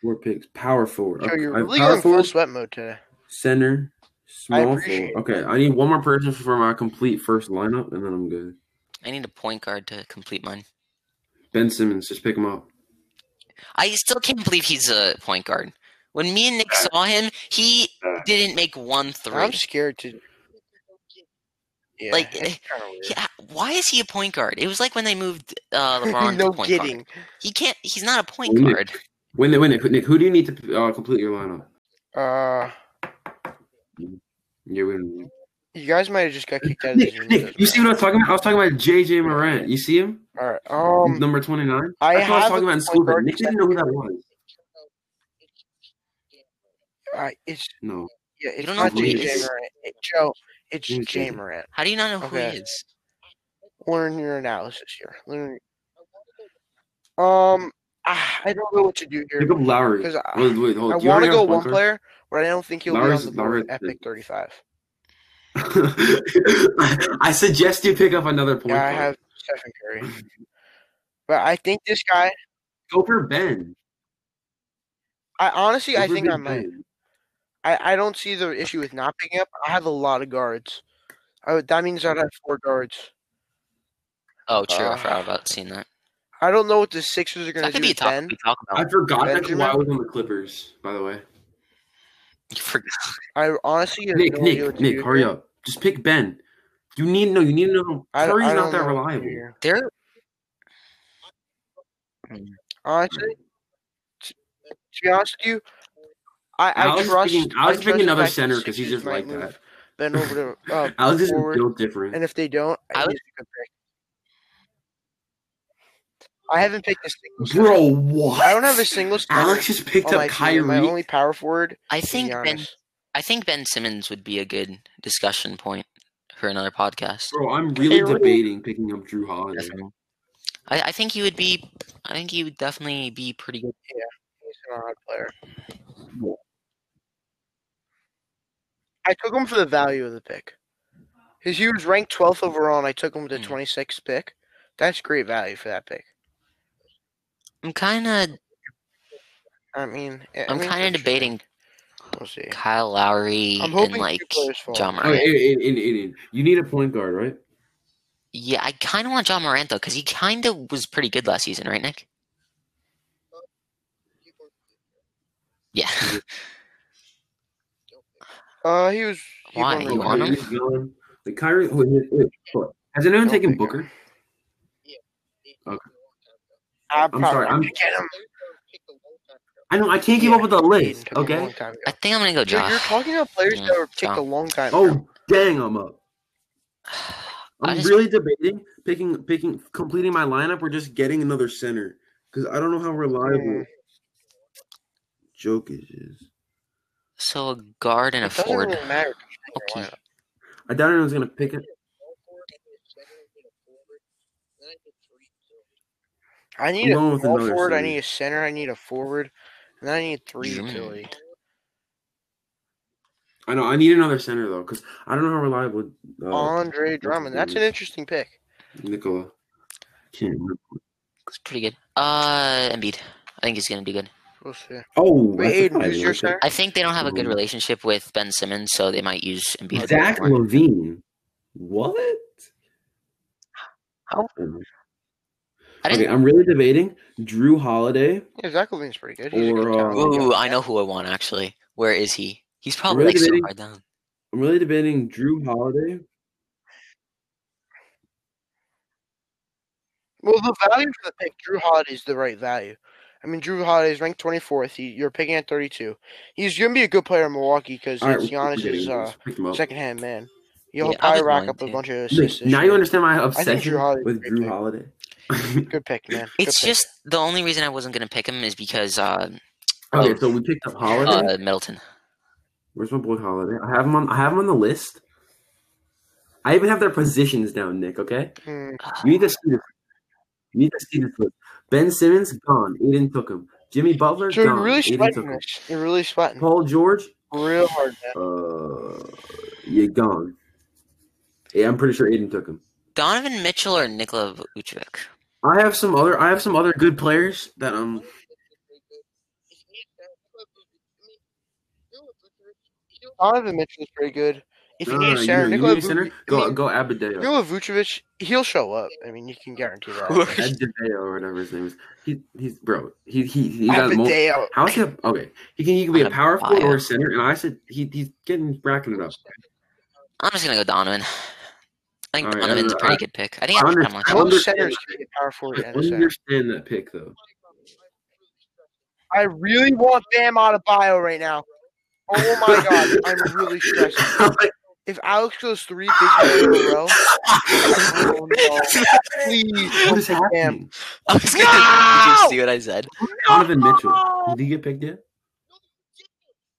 Speaker 3: four picks. Power forward.
Speaker 1: So
Speaker 3: Okay,
Speaker 1: you're
Speaker 3: I have
Speaker 1: really
Speaker 3: power
Speaker 1: going full
Speaker 3: forward,
Speaker 1: sweat mode today.
Speaker 3: center,
Speaker 1: I
Speaker 3: small
Speaker 1: appreciate
Speaker 3: forward. Okay, I need one more person for my complete first lineup, and then I'm good.
Speaker 2: I need a point guard to complete mine.
Speaker 3: Ben Simmons, just pick him up.
Speaker 2: I still can't believe he's a point guard. When me and Nick
Speaker 1: Uh,
Speaker 2: saw him, he didn't make one
Speaker 1: I'm
Speaker 2: three.
Speaker 1: scared to. Yeah,
Speaker 2: Like,
Speaker 1: it's kinda weird.
Speaker 2: Yeah, uh, why is he a point guard? It was like when they moved uh, LeBron
Speaker 1: no
Speaker 2: to point
Speaker 1: kidding.
Speaker 2: guard. He can't. He's not a point
Speaker 3: Nick.
Speaker 2: guard.
Speaker 3: Win it, win it, Nick. Who do you need to uh, complete your lineup?
Speaker 1: Uh,
Speaker 3: You're winning.
Speaker 1: you guys might have just got kicked out of the
Speaker 3: Nick,
Speaker 1: Zoom.
Speaker 3: Nick, you see what I was talking about? I was talking about JJ Morant. You see him?
Speaker 1: All right. Um,
Speaker 3: Number 29.
Speaker 1: I
Speaker 3: That's what I was
Speaker 1: have
Speaker 3: talking
Speaker 1: a
Speaker 3: about in
Speaker 1: point
Speaker 3: school, but
Speaker 1: guard
Speaker 3: Nick didn't know who that was.
Speaker 1: I- it's
Speaker 3: No.
Speaker 1: yeah, it's
Speaker 2: don't know
Speaker 1: not
Speaker 2: who
Speaker 3: he
Speaker 1: J.J.
Speaker 2: is.
Speaker 1: Morant. It- Joe, it's
Speaker 3: Who's
Speaker 1: J.
Speaker 3: J.J.?
Speaker 1: Morant.
Speaker 2: How do you not know who
Speaker 1: Okay.
Speaker 2: he is?
Speaker 1: Learn your analysis here. Learn. Um, ah, I don't know what to do here
Speaker 3: Pick up Lowry.
Speaker 1: because I,
Speaker 3: Wait, wait, hold.
Speaker 1: I
Speaker 3: Do you
Speaker 1: want
Speaker 3: already
Speaker 1: to
Speaker 3: have
Speaker 1: go
Speaker 3: a point
Speaker 1: one
Speaker 3: guard?
Speaker 1: player, but I don't think he'll
Speaker 3: Lowry's-
Speaker 1: be on the board with
Speaker 3: Lowry's the-
Speaker 1: Epic 35.
Speaker 3: I suggest you pick up another point.
Speaker 1: Yeah, I
Speaker 3: guard.
Speaker 1: have Stephen Curry, but I think this guy.
Speaker 3: Go for Ben.
Speaker 1: I honestly,
Speaker 3: Go
Speaker 1: I
Speaker 3: for
Speaker 1: think
Speaker 3: Big
Speaker 1: I might.
Speaker 3: Ben.
Speaker 1: I, I don't see the issue with not picking up. I have a lot of guards. I would, that means I'd have four guards.
Speaker 2: Oh, true.
Speaker 1: Uh,
Speaker 2: I forgot about seeing that.
Speaker 1: I don't know what the Sixers are going
Speaker 2: That
Speaker 1: to
Speaker 2: could
Speaker 1: do
Speaker 2: be a
Speaker 1: with
Speaker 2: topic
Speaker 1: Ben.
Speaker 2: we talk about.
Speaker 3: I forgot that
Speaker 1: Benjamin?
Speaker 3: Kawhi was on the Clippers. By the way,
Speaker 2: You forgot.
Speaker 1: I honestly have
Speaker 3: Nick,
Speaker 1: no idea what
Speaker 3: Nick,
Speaker 1: to do
Speaker 3: Nick,
Speaker 1: with
Speaker 3: hurry
Speaker 1: Ben.
Speaker 3: up. Just pick Ben. You need no. You need no.
Speaker 1: I,
Speaker 3: Curry's
Speaker 1: I
Speaker 3: not
Speaker 1: don't know what to do
Speaker 3: that reliable.
Speaker 1: here.
Speaker 2: They're
Speaker 3: Hmm.
Speaker 1: Honestly, t- to, be honest with you, I, I
Speaker 3: Alex
Speaker 1: trust.
Speaker 3: picking, Alex
Speaker 1: I
Speaker 3: picking
Speaker 1: trust the
Speaker 3: another
Speaker 1: fact that
Speaker 3: center
Speaker 1: the
Speaker 3: because he's
Speaker 1: Sixers
Speaker 3: just
Speaker 1: might
Speaker 3: like that.
Speaker 1: move Ben over to uh,
Speaker 3: Alex is
Speaker 1: forward,
Speaker 3: built different.
Speaker 1: and if they don't, I,
Speaker 2: I
Speaker 1: think
Speaker 2: would-
Speaker 1: it's a good pick. I haven't picked a single. center.
Speaker 3: Bro, what?
Speaker 1: I don't have a single. center
Speaker 3: Alex just picked
Speaker 1: on Oh, my
Speaker 3: up
Speaker 1: team, and My
Speaker 3: Kyrie.
Speaker 1: only power forward.
Speaker 2: I
Speaker 1: I think
Speaker 2: think Ben. I think Ben Simmons would be a good discussion point for another podcast.
Speaker 3: Bro, I'm really
Speaker 1: Kyrie.
Speaker 3: debating picking up Drew Holiday.
Speaker 2: Definitely. I, I think he would be. I think he would definitely be pretty good.
Speaker 1: He's an odd player. I took him for the value of the pick. Because he was ranked 12th overall, and I took him with the
Speaker 2: Hmm.
Speaker 1: 26th pick. That's great value for that pick.
Speaker 2: I'm kind of
Speaker 1: I mean, I
Speaker 2: I'm
Speaker 1: mean,
Speaker 2: kind
Speaker 1: for
Speaker 2: of
Speaker 1: sure.
Speaker 2: debating
Speaker 1: We'll see.
Speaker 2: Kyle Lowry
Speaker 1: I'm hoping
Speaker 2: and
Speaker 1: two
Speaker 2: like
Speaker 1: players fall.
Speaker 2: John
Speaker 3: Oh,
Speaker 2: Morant.
Speaker 3: and- and- and- and- and you need a point guard, right?
Speaker 2: Yeah, I kind of want John Morant though, because he kind of was pretty good last season, right, Nick? Yeah,
Speaker 1: Uh, he was. He
Speaker 2: Why?
Speaker 1: won
Speaker 2: You
Speaker 1: really
Speaker 2: want
Speaker 1: well.
Speaker 2: him?
Speaker 3: He's gone. Like Kyrie, wait, wait, wait, wait. has anyone
Speaker 1: Don't
Speaker 3: taken
Speaker 1: pick him.
Speaker 3: Booker?
Speaker 1: I
Speaker 3: I'm sorry,
Speaker 1: Uh, probably-
Speaker 3: I'm- I know I can't keep up with the
Speaker 1: Aiden
Speaker 3: list.
Speaker 1: took a long
Speaker 3: Okay.
Speaker 1: time ago.
Speaker 2: I think I'm gonna go
Speaker 1: Dude, you're
Speaker 2: Josh.
Speaker 1: talking about players
Speaker 2: Yeah,
Speaker 1: that were picked
Speaker 2: John.
Speaker 1: a long time. ago.
Speaker 3: Oh dang, I'm up.
Speaker 2: I
Speaker 3: I'm
Speaker 2: just-
Speaker 3: really debating picking, picking, completing my lineup or just getting another center because I don't know how reliable
Speaker 1: Mm.
Speaker 3: Jokic is.
Speaker 2: So a guard and a
Speaker 1: it doesn't
Speaker 2: forward.
Speaker 1: really matter.
Speaker 2: Okay.
Speaker 1: Why not?
Speaker 3: I doubt anyone's gonna pick it.
Speaker 1: I
Speaker 3: I'm
Speaker 1: need a
Speaker 3: going with
Speaker 1: small
Speaker 3: another
Speaker 1: forward. I
Speaker 3: center.
Speaker 1: need a center. I need a forward, and then I need three
Speaker 2: Mm.
Speaker 1: utility.
Speaker 3: I know I need another center though because I don't know how reliable uh,
Speaker 1: Andre Drummond. That's an
Speaker 3: good.
Speaker 1: interesting pick.
Speaker 3: Nicola. Can't remember.
Speaker 2: It's pretty good. Uh, Embiid. I think he's gonna do good.
Speaker 1: We'll see.
Speaker 3: Oh, I
Speaker 1: Wait,
Speaker 3: forgot
Speaker 1: Aiden, who's your
Speaker 3: about that.
Speaker 1: center?
Speaker 2: I think they don't have a good
Speaker 3: Mhm.
Speaker 2: relationship with Ben Simmons, so they might use Embiid. a bit
Speaker 3: Zach
Speaker 2: more.
Speaker 3: Levine. What? Oh
Speaker 1: How-
Speaker 2: I
Speaker 3: Okay,
Speaker 2: didn't.
Speaker 3: I'm really debating Drew Holiday.
Speaker 1: Yeah, Zach Levine's pretty good. a
Speaker 3: Or,
Speaker 1: good
Speaker 3: uh,
Speaker 1: talent.
Speaker 2: Ooh, I know who I want actually. Where is he? He's probably
Speaker 3: Really
Speaker 2: like so
Speaker 3: debating-
Speaker 2: far down.
Speaker 3: I'm really debating Drew Holiday.
Speaker 1: Well, the value for the pick, Drew Holiday's the right value. I mean, Drew Holiday's ranked 24th. He, you're picking at 32. He's going to be a good player in Milwaukee because
Speaker 3: All right,
Speaker 1: it's
Speaker 3: we're
Speaker 1: Giannis's
Speaker 3: getting-
Speaker 1: uh,
Speaker 3: let's pick him up.
Speaker 1: second-hand man. He'll
Speaker 2: Yeah, I
Speaker 1: probably
Speaker 2: was
Speaker 1: rack
Speaker 2: going
Speaker 1: up a
Speaker 2: to.
Speaker 1: bunch of
Speaker 3: Nick,
Speaker 1: assists. this
Speaker 3: now
Speaker 1: year.
Speaker 3: you understand my
Speaker 1: Drew
Speaker 3: obsession
Speaker 1: Holiday's Oh.
Speaker 3: with
Speaker 1: great
Speaker 3: Drew
Speaker 1: pick.
Speaker 3: Holiday.
Speaker 1: Good pick, man. Good
Speaker 2: It's
Speaker 1: pick.
Speaker 2: just the only reason I wasn't gonna pick him is because uh,
Speaker 3: okay, so we picked up Holiday.
Speaker 2: uh Middleton.
Speaker 3: Where's my boy Holiday? I have him on. I have him on the list. I even have their positions down, Nick. Okay,
Speaker 1: Hmm,
Speaker 3: you need to see this. You need to see this list. Ben Simmons gone. Aiden took him. Jimmy Butler
Speaker 1: So
Speaker 3: gone.
Speaker 1: you're really
Speaker 3: Aiden took
Speaker 1: sweating
Speaker 3: him.
Speaker 1: this. You're really sweating
Speaker 3: Paul George
Speaker 1: real hard, man.
Speaker 3: Uh, you're gone. Yeah, I'm pretty sure Aiden took him.
Speaker 2: Donovan Mitchell or Nikola Vucevic?
Speaker 3: I have some other. I have some other good players that um.
Speaker 1: Donovan Mitchell's pretty good. If you
Speaker 3: no,
Speaker 1: need
Speaker 3: no,
Speaker 1: a
Speaker 3: no,
Speaker 1: center,
Speaker 3: uh, you, you
Speaker 1: Nikola
Speaker 3: need a center.
Speaker 1: Vucevic, I
Speaker 3: Go
Speaker 1: mean,
Speaker 3: go Abadeo.
Speaker 1: Nikola Vucevic, he'll show up. I mean, you can guarantee that.
Speaker 3: Abadeo or whatever his name is. He, he's bro. He he he got multiple.
Speaker 1: Abadeo.
Speaker 3: How is he? A, okay, he can he can be a power forward or
Speaker 2: Adebayo.
Speaker 3: a center, and I said he he's getting bracking it up.
Speaker 2: I'm just gonna go Donovan. I think
Speaker 3: All right,
Speaker 2: Donovan's a
Speaker 3: uh,
Speaker 2: pretty
Speaker 3: I-
Speaker 2: good pick. I think
Speaker 3: I
Speaker 2: I picked
Speaker 3: under-
Speaker 2: him
Speaker 3: I
Speaker 2: last year.
Speaker 1: Both
Speaker 3: understand
Speaker 1: centers
Speaker 3: that.
Speaker 1: can be power forward
Speaker 3: I
Speaker 1: and a center.
Speaker 3: understand that pick though.
Speaker 1: I really want Bam out of bio right now. Oh my god, I'm really stressed. If Alex goes three big games in a row, oh no. Please.
Speaker 3: what is happening?
Speaker 2: I was gonna, Did
Speaker 1: No!
Speaker 2: you see what I said?
Speaker 3: Donovan Mitchell. Did he get picked yet?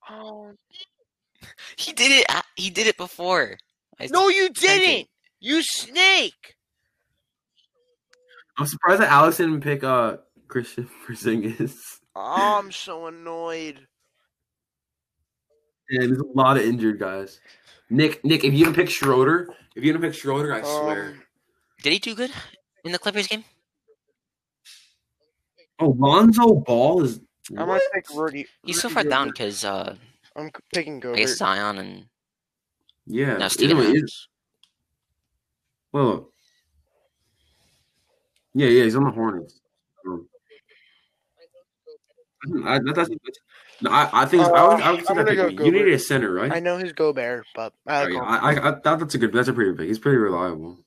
Speaker 1: Oh,
Speaker 2: He did it. a- He did it before. I,
Speaker 1: no, you
Speaker 2: you.
Speaker 1: didn't. You snake.
Speaker 3: I'm surprised that Alex didn't pick uh Christian Porzingis.
Speaker 1: Oh, I'm so annoyed.
Speaker 3: Yeah, there's a lot of injured guys. Nick, Nick, if you don't pick Schroeder, if you don't pick Schroeder, I swear.
Speaker 1: Um,
Speaker 2: Did he do good in the Clippers game?
Speaker 3: Oh, Lonzo Ball is.
Speaker 1: I'm gonna
Speaker 3: what?
Speaker 1: pick Rudy.
Speaker 2: He's so
Speaker 1: Rudy
Speaker 2: far down
Speaker 1: Gobert.
Speaker 2: because uh,
Speaker 1: I'm c- picking
Speaker 2: I
Speaker 1: Gobert.
Speaker 2: guess Zion and
Speaker 3: Yeah.
Speaker 2: now Steven.
Speaker 3: anyway, it-
Speaker 2: Adams.
Speaker 3: wait, wait. Yeah, yeah, he's on the Hornets. Um, I, I- that's, that's- no, I, I think I would, I would
Speaker 1: Uh,
Speaker 3: think
Speaker 1: I'm
Speaker 3: I
Speaker 1: gonna
Speaker 3: pick
Speaker 1: go
Speaker 3: him. you
Speaker 1: Gobert.
Speaker 3: needed a center, right?
Speaker 1: I know he's Gobert, but uh, I like
Speaker 3: Oh, Yeah,
Speaker 1: him.
Speaker 3: I, I, I thought that's a good. That's a pretty good pick. He's pretty reliable.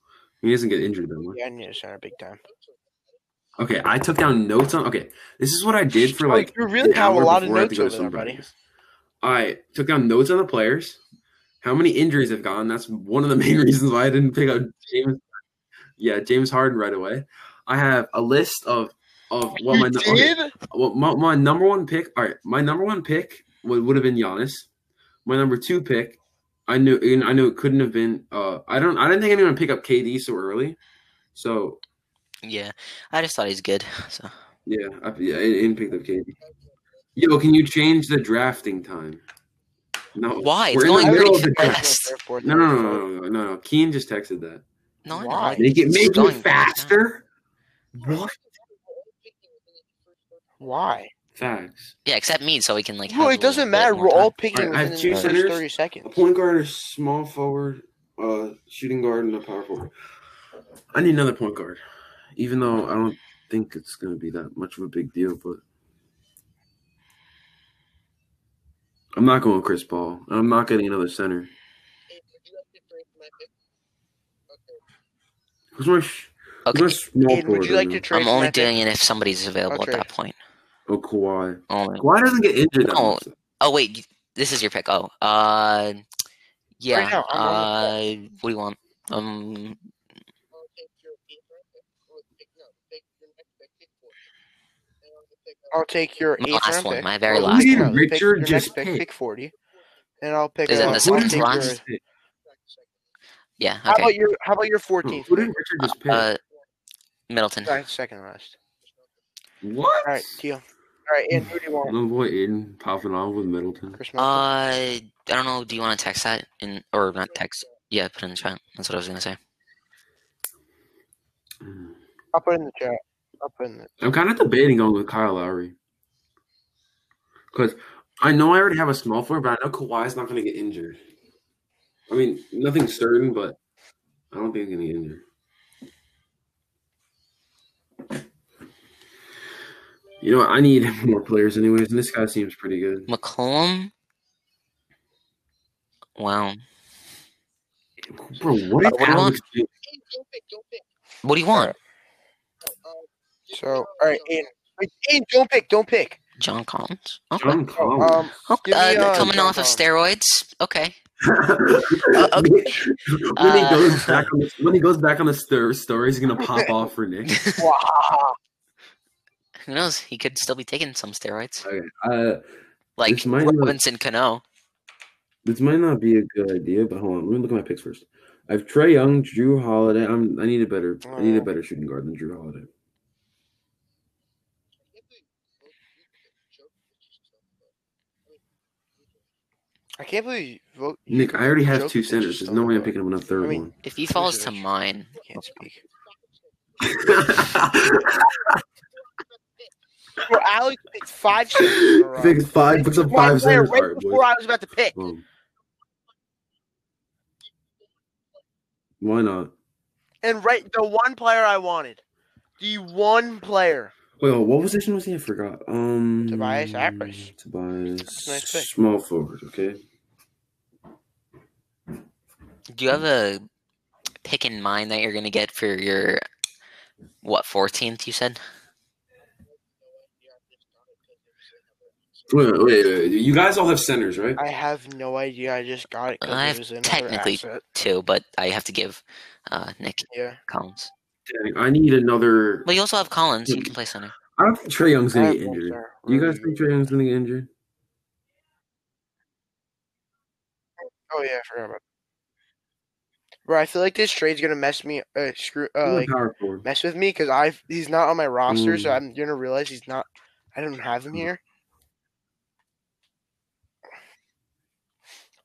Speaker 3: He doesn't get injured that much.
Speaker 1: yeah, I need a center big time.
Speaker 3: Okay, I took down notes on. Okay, this is what I did
Speaker 1: Oh,
Speaker 3: for like.
Speaker 1: you really
Speaker 3: an
Speaker 1: have a
Speaker 3: hour
Speaker 1: lot of
Speaker 3: before I had
Speaker 1: notes
Speaker 3: to go
Speaker 1: over
Speaker 3: to
Speaker 1: there,
Speaker 3: some
Speaker 1: buddy.
Speaker 3: practice. I took down notes on the players, how many injuries have gone. That's one of the main reasons why I didn't pick up James. Yeah, James Harden right away. I have a list of of what my, nu- okay, well, my my number one pick. All right, my number one pick would would have been Giannis. My number two pick, I knew and I knew it couldn't have been. Uh, I don't. I didn't think anyone would pick up KD so early. So
Speaker 2: Yeah, I just thought he's good. So
Speaker 3: yeah, I, yeah, I didn't pick up KD. Yo, can you change the drafting time? No.
Speaker 2: why? It's
Speaker 3: we're in the
Speaker 2: going
Speaker 3: middle
Speaker 2: pretty
Speaker 3: of the draft.
Speaker 2: fast.
Speaker 1: Therefore,
Speaker 3: No, no, no,
Speaker 1: therefore.
Speaker 3: no, no, no, no. Keen just texted that.
Speaker 2: No, I know.
Speaker 1: Why?
Speaker 2: I-
Speaker 3: Make it
Speaker 2: it's
Speaker 3: make
Speaker 2: going
Speaker 3: it
Speaker 2: back
Speaker 3: faster. What?
Speaker 1: Why?
Speaker 3: Facts.
Speaker 2: Yeah, except me, so we can like.
Speaker 1: Well,
Speaker 2: have a
Speaker 1: it doesn't
Speaker 2: little bit
Speaker 1: matter.
Speaker 2: more
Speaker 1: We're all
Speaker 2: time.
Speaker 1: picking
Speaker 3: Alright, I have
Speaker 1: within
Speaker 3: two
Speaker 1: the first
Speaker 3: centers.
Speaker 1: thirty seconds.
Speaker 3: Point guard, a small forward, uh, shooting guard, and a power forward. I need another point guard, even though I don't think it's going to be that much of a big deal. But I'm not going with Chris Paul. and I'm not getting another center. Who's my, sh- who's my
Speaker 2: Okay,
Speaker 3: small
Speaker 1: Aiden,
Speaker 3: forward
Speaker 1: would you like
Speaker 3: right
Speaker 1: to
Speaker 3: now?
Speaker 1: trade?
Speaker 2: I'm only
Speaker 1: my pick?
Speaker 2: doing it if somebody's available at
Speaker 1: trade.
Speaker 2: that point.
Speaker 3: Oh, Kawhi.
Speaker 2: Only.
Speaker 3: Kawhi doesn't get injured. That
Speaker 2: No.
Speaker 3: much.
Speaker 2: Oh wait, you- this is your pick. Oh, uh, yeah.
Speaker 1: now, I'm
Speaker 2: uh,
Speaker 1: on
Speaker 2: what do you want? Um,
Speaker 1: I'll take your
Speaker 2: My
Speaker 1: eighth
Speaker 2: last
Speaker 1: round
Speaker 2: one,
Speaker 1: pick.
Speaker 2: my very
Speaker 1: Oh,
Speaker 2: last
Speaker 1: no,
Speaker 3: one.
Speaker 1: pick- your
Speaker 3: Richard
Speaker 1: next
Speaker 3: just
Speaker 1: pick,
Speaker 3: picked.
Speaker 1: pick forty, and I'll pick.
Speaker 2: Is it
Speaker 1: uh,
Speaker 2: in
Speaker 1: I'll
Speaker 2: the
Speaker 1: take
Speaker 2: Celtics
Speaker 1: your-
Speaker 2: last?
Speaker 3: Richard pick?
Speaker 2: yeah.
Speaker 1: How about
Speaker 2: Okay.
Speaker 1: your How about your fourteenth?
Speaker 3: Who did Richard just pick?
Speaker 2: Uh, Middleton.
Speaker 1: Second last.
Speaker 3: what?
Speaker 1: All right, Teal. All right, and who do you want?
Speaker 3: No boy, Aiden popping off with Middleton.
Speaker 1: Chris
Speaker 2: Uh,
Speaker 1: Middleton?
Speaker 2: I don't know. Do you want to text that in or not text? Yeah, put it in the chat. That's what I was gonna say.
Speaker 3: Mm.
Speaker 1: I'll put it in the chat. I'll put it in the.
Speaker 3: I'm kind of debating going with Kyle Lowry because I know I already have a small forward, but I know Kawhi's not going to get injured. I mean, nothing's certain, but I don't think he's going to get injured. You know, what? I need more players, anyways, and this guy seems pretty good.
Speaker 2: McCollum. Wow.
Speaker 3: Bro, what is
Speaker 2: Uh, what do you
Speaker 3: Alex James-
Speaker 2: What do you want?
Speaker 1: So, all right, Ian. Wait, Ian, don't pick. Don't pick.
Speaker 2: John Collins. Okay.
Speaker 3: John Collins?
Speaker 1: Um,
Speaker 2: Okay,
Speaker 1: give me,
Speaker 2: uh,
Speaker 1: uh,
Speaker 2: coming
Speaker 1: John
Speaker 2: off of
Speaker 1: Collins.
Speaker 2: steroids. Okay.
Speaker 3: when he
Speaker 2: Uh,
Speaker 3: goes back on the, when he goes back on the stir story, he's gonna pop off for Nick.
Speaker 1: Wow.
Speaker 2: Who knows? He could still be taking some steroids,
Speaker 3: Okay, uh,
Speaker 2: like
Speaker 3: This might not-
Speaker 2: Robinson Cano.
Speaker 3: this might not be a good idea, but hold on, let me look at my picks first. I have Trey Young, Drew Holiday. I'm, I need a better, I
Speaker 1: Mm.
Speaker 3: need a better shooting guard than Drew Holiday.
Speaker 1: I can't believe you vote. you
Speaker 3: Nick, I already have
Speaker 1: Jokic
Speaker 3: two
Speaker 1: is
Speaker 3: centers. There's
Speaker 1: still
Speaker 3: no way I'm
Speaker 1: good.
Speaker 3: picking him in a third
Speaker 1: I mean-
Speaker 3: one.
Speaker 2: If he falls
Speaker 1: Who's
Speaker 2: to
Speaker 1: yours?
Speaker 2: mine,
Speaker 1: Can't speak. Well, Alex picked five. seconds in a row.
Speaker 3: Picks five, picks up
Speaker 1: My
Speaker 3: five
Speaker 1: player
Speaker 3: centers.
Speaker 1: right
Speaker 3: All right,
Speaker 1: before
Speaker 3: boys.
Speaker 1: I was about to pick.
Speaker 3: Boom. Why not?
Speaker 1: And right, the one player I wanted, the one player.
Speaker 3: Wait, hold on, what position was he? I forgot. Um,
Speaker 1: Tobias Harris.
Speaker 3: Tobias.
Speaker 1: a nice pick.
Speaker 3: Small forward. Okay.
Speaker 2: do you have a pick in mind that you're gonna get for your what 14th? You said.
Speaker 3: Wait, wait, wait, wait. You guys all have centers, right?
Speaker 1: I have no idea. I just got it. 'cause
Speaker 2: I've
Speaker 1: it was another
Speaker 2: technically-
Speaker 1: asset.
Speaker 2: too, but I have to give uh, Nick
Speaker 1: Yeah.
Speaker 2: Collins.
Speaker 3: Dang, I need another.
Speaker 2: But you also have Collins. You can play center.
Speaker 3: I don't think Trey Young's
Speaker 1: I
Speaker 3: gonna
Speaker 1: have
Speaker 3: get
Speaker 1: one
Speaker 3: injured.
Speaker 1: player.
Speaker 3: You guys think Trey Young's gonna get injured?
Speaker 1: Oh yeah, I forgot about. That. Bro, I feel like this trade's gonna mess me. Uh, screw.
Speaker 3: He's
Speaker 1: Uh,
Speaker 3: a
Speaker 1: like
Speaker 3: power forward.
Speaker 1: mess with me because I he's not on my roster, so
Speaker 3: Mm.
Speaker 1: I'm gonna realize he's not. I don't have him here.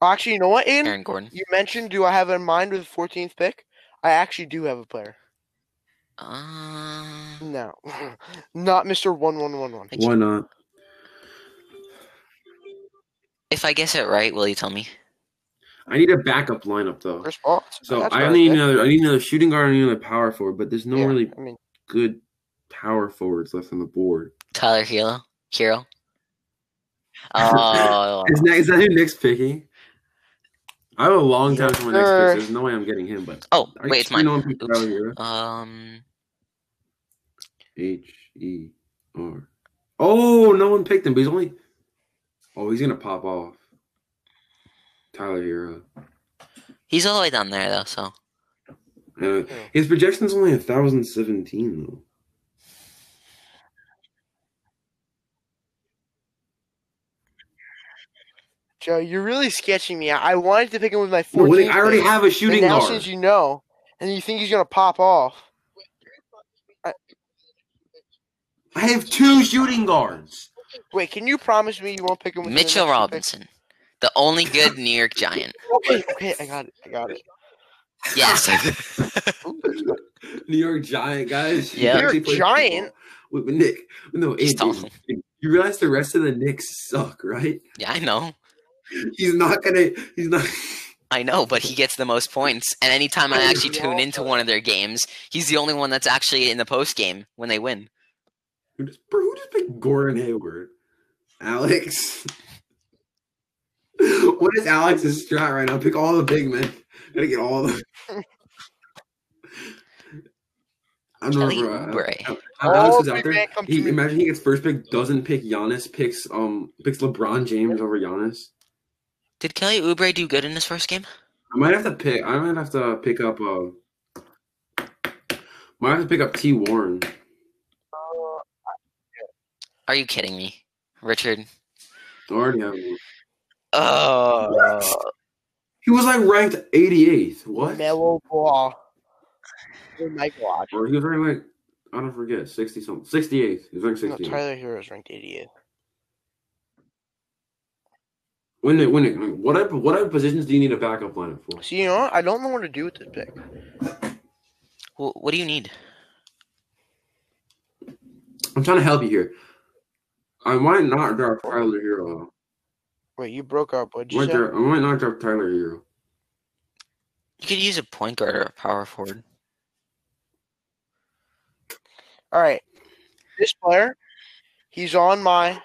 Speaker 1: Actually, you know what, Aiden?
Speaker 2: Aaron Gordon.
Speaker 1: You mentioned do I have in mind with the 14th pick? I actually do have a player.
Speaker 2: Uh,
Speaker 1: No, not Mr. One One One One.
Speaker 3: Why not?
Speaker 2: if I guess it right, will you tell me?
Speaker 3: I need a backup lineup though.
Speaker 1: Chris Paul.
Speaker 3: So
Speaker 1: That's
Speaker 3: I
Speaker 1: what
Speaker 3: need
Speaker 1: said.
Speaker 3: another. I need another shooting guard. I need another power forward. But there's no
Speaker 1: Yeah,
Speaker 3: really
Speaker 1: I mean,
Speaker 3: good power forwards left on the board.
Speaker 2: Tyler Hero. Hero. Oh,
Speaker 3: Is that, is that who Nick's picking? I have a long time for my next
Speaker 1: Sure.
Speaker 3: pick. There's no way I'm getting him. But
Speaker 2: oh,
Speaker 3: I
Speaker 2: wait, it's
Speaker 3: actually know
Speaker 2: mine.
Speaker 3: I'm picking
Speaker 2: Oops.
Speaker 3: Tyler Hero.
Speaker 2: Um,
Speaker 3: H E R. Oh, no one picked him, but he's only. Oh, he's gonna pop off. Tyler Hero.
Speaker 2: he's all the way down there though, so
Speaker 3: Uh,
Speaker 1: Yeah.
Speaker 3: his projection's only thousand seventeen though.
Speaker 1: Joe, you're really sketching me out. I wanted to pick him with my 14th.
Speaker 3: No, wait, I already
Speaker 1: pick,
Speaker 3: have a
Speaker 1: and
Speaker 3: shooting
Speaker 1: now
Speaker 3: guard.
Speaker 1: since you know, and you think he's gonna pop off.
Speaker 3: I have two shooting guards.
Speaker 1: Wait, can you promise me you won't pick him? With
Speaker 2: Mitchell Robinson, the only good New York Giant.
Speaker 1: Okay, okay, I got it. I got it.
Speaker 2: Yes.
Speaker 3: New York Giant guys.
Speaker 2: Yeah.
Speaker 1: New
Speaker 3: He actually
Speaker 1: York
Speaker 3: plays
Speaker 1: Giant.
Speaker 3: football. Wait, but Nick, no,
Speaker 2: He's
Speaker 3: Andrew,
Speaker 2: tall.
Speaker 3: you realize the rest of the Knicks suck, right?
Speaker 2: yeah, I know.
Speaker 3: He's not gonna. He's not.
Speaker 2: I know, but he gets the most points. And anytime I actually
Speaker 1: Yeah.
Speaker 2: tune into one of their games, he's the only one that's actually in the post game when they win.
Speaker 3: Who just, bro, who just picked Gordon Hayward? Alex. what is Alex's strat right now? Pick all the big men. Gotta get all the. I'm
Speaker 2: Kelly
Speaker 3: not bro.
Speaker 2: Oubre.
Speaker 3: Alex
Speaker 1: All
Speaker 3: is out
Speaker 1: big
Speaker 3: there.
Speaker 1: man come to
Speaker 3: He,
Speaker 1: me.
Speaker 3: imagine he gets first pick, doesn't pick Giannis, picks um picks LeBron James over Giannis.
Speaker 2: Did Kelly Oubre do good in his first game?
Speaker 3: I might have to pick. I might have to pick up. Uh, might have to pick up T Warren.
Speaker 2: Are you kidding me, Richard?
Speaker 3: I already have one.
Speaker 2: Oh,
Speaker 1: Uh,
Speaker 3: He was like ranked 88th. What?
Speaker 1: Mellow Ball. In my garage.
Speaker 3: Or he was ranked like I don't forget, 60 something, 68th. He was ranked
Speaker 1: No,
Speaker 3: 68th.
Speaker 1: Tyler Hero is ranked 88th.
Speaker 3: when it, when it, what type of- what type of positions do you need a backup lineup for?
Speaker 1: See, you know what? I don't know what to do with this pick.
Speaker 2: Wh- what do you need?
Speaker 3: I'm trying to help you here. I might not drop Tyler Hero.
Speaker 1: Wait, you broke up. What'd
Speaker 3: I
Speaker 1: you
Speaker 3: might,
Speaker 1: say?
Speaker 3: dra- I might not drop Tyler Hero.
Speaker 2: You could use a point guard or a power forward.
Speaker 1: All right. This player, he's on my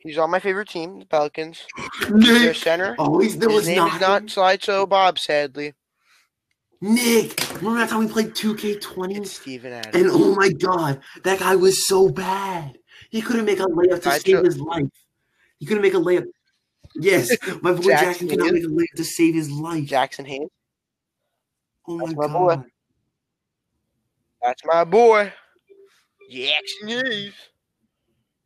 Speaker 1: he's on my favorite team, the Pelicans. Their
Speaker 3: Nick,
Speaker 1: center.
Speaker 3: always there
Speaker 1: His
Speaker 3: Oh, was
Speaker 1: name is
Speaker 3: not,
Speaker 1: not Slideshow Bob, sadly.
Speaker 3: Nick. Remember that time we played 2K20?
Speaker 1: It's Steven
Speaker 3: And
Speaker 1: Adams.
Speaker 3: oh my god, that guy was so bad. He couldn't make a layup to
Speaker 1: I
Speaker 3: save
Speaker 1: took-
Speaker 3: his life. He couldn't make a layup. Yes, my boy
Speaker 1: Jackson
Speaker 3: Jackson cannot
Speaker 1: Hayes.
Speaker 3: make a layup to save his life.
Speaker 1: Jackson Hayes.
Speaker 3: Oh my
Speaker 1: That's my boy.
Speaker 3: god.
Speaker 1: That's my boy. Jackson Hayes.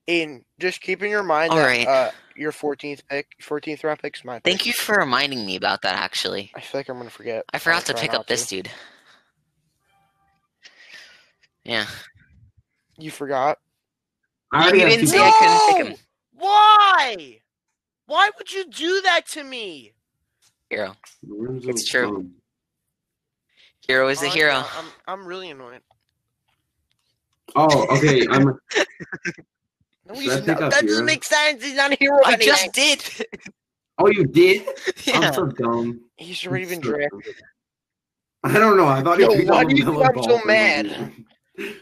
Speaker 1: And just keep in your mind
Speaker 2: All
Speaker 1: that
Speaker 2: right.
Speaker 1: uh, your 14th pick, 14th round pick is my pick.
Speaker 2: Thank you for reminding me about that. Actually,
Speaker 1: I feel like I'm gonna forget.
Speaker 2: I
Speaker 1: I'll
Speaker 2: forgot to
Speaker 1: try
Speaker 2: pick
Speaker 1: not
Speaker 2: up this dude. Yeah,
Speaker 1: You forgot.
Speaker 3: I
Speaker 2: you
Speaker 3: already have
Speaker 2: didn't
Speaker 3: two
Speaker 2: say
Speaker 3: guys.
Speaker 2: I couldn't pick him.
Speaker 1: Why? Why would you do that to me?
Speaker 2: Hero,
Speaker 3: Lorenzo
Speaker 2: It's true.
Speaker 3: Brown.
Speaker 2: hero is the
Speaker 1: Honestly,
Speaker 2: hero. Oh,
Speaker 1: I'm, I'm really annoyed.
Speaker 3: Oh, okay. I'm a,
Speaker 1: No,
Speaker 3: Should I pick up Hero?
Speaker 1: sense. He's not a hero.
Speaker 2: I
Speaker 1: anymore.
Speaker 2: just did.
Speaker 3: oh, you did?
Speaker 2: yeah.
Speaker 3: I'm so dumb.
Speaker 1: He's already been
Speaker 3: So dumb.
Speaker 1: drafted.
Speaker 3: I don't know. I thought
Speaker 1: Yo,
Speaker 3: he picked
Speaker 1: why
Speaker 3: up
Speaker 1: do you
Speaker 3: LaMelo
Speaker 1: become so
Speaker 3: Ball for
Speaker 1: mad?
Speaker 3: no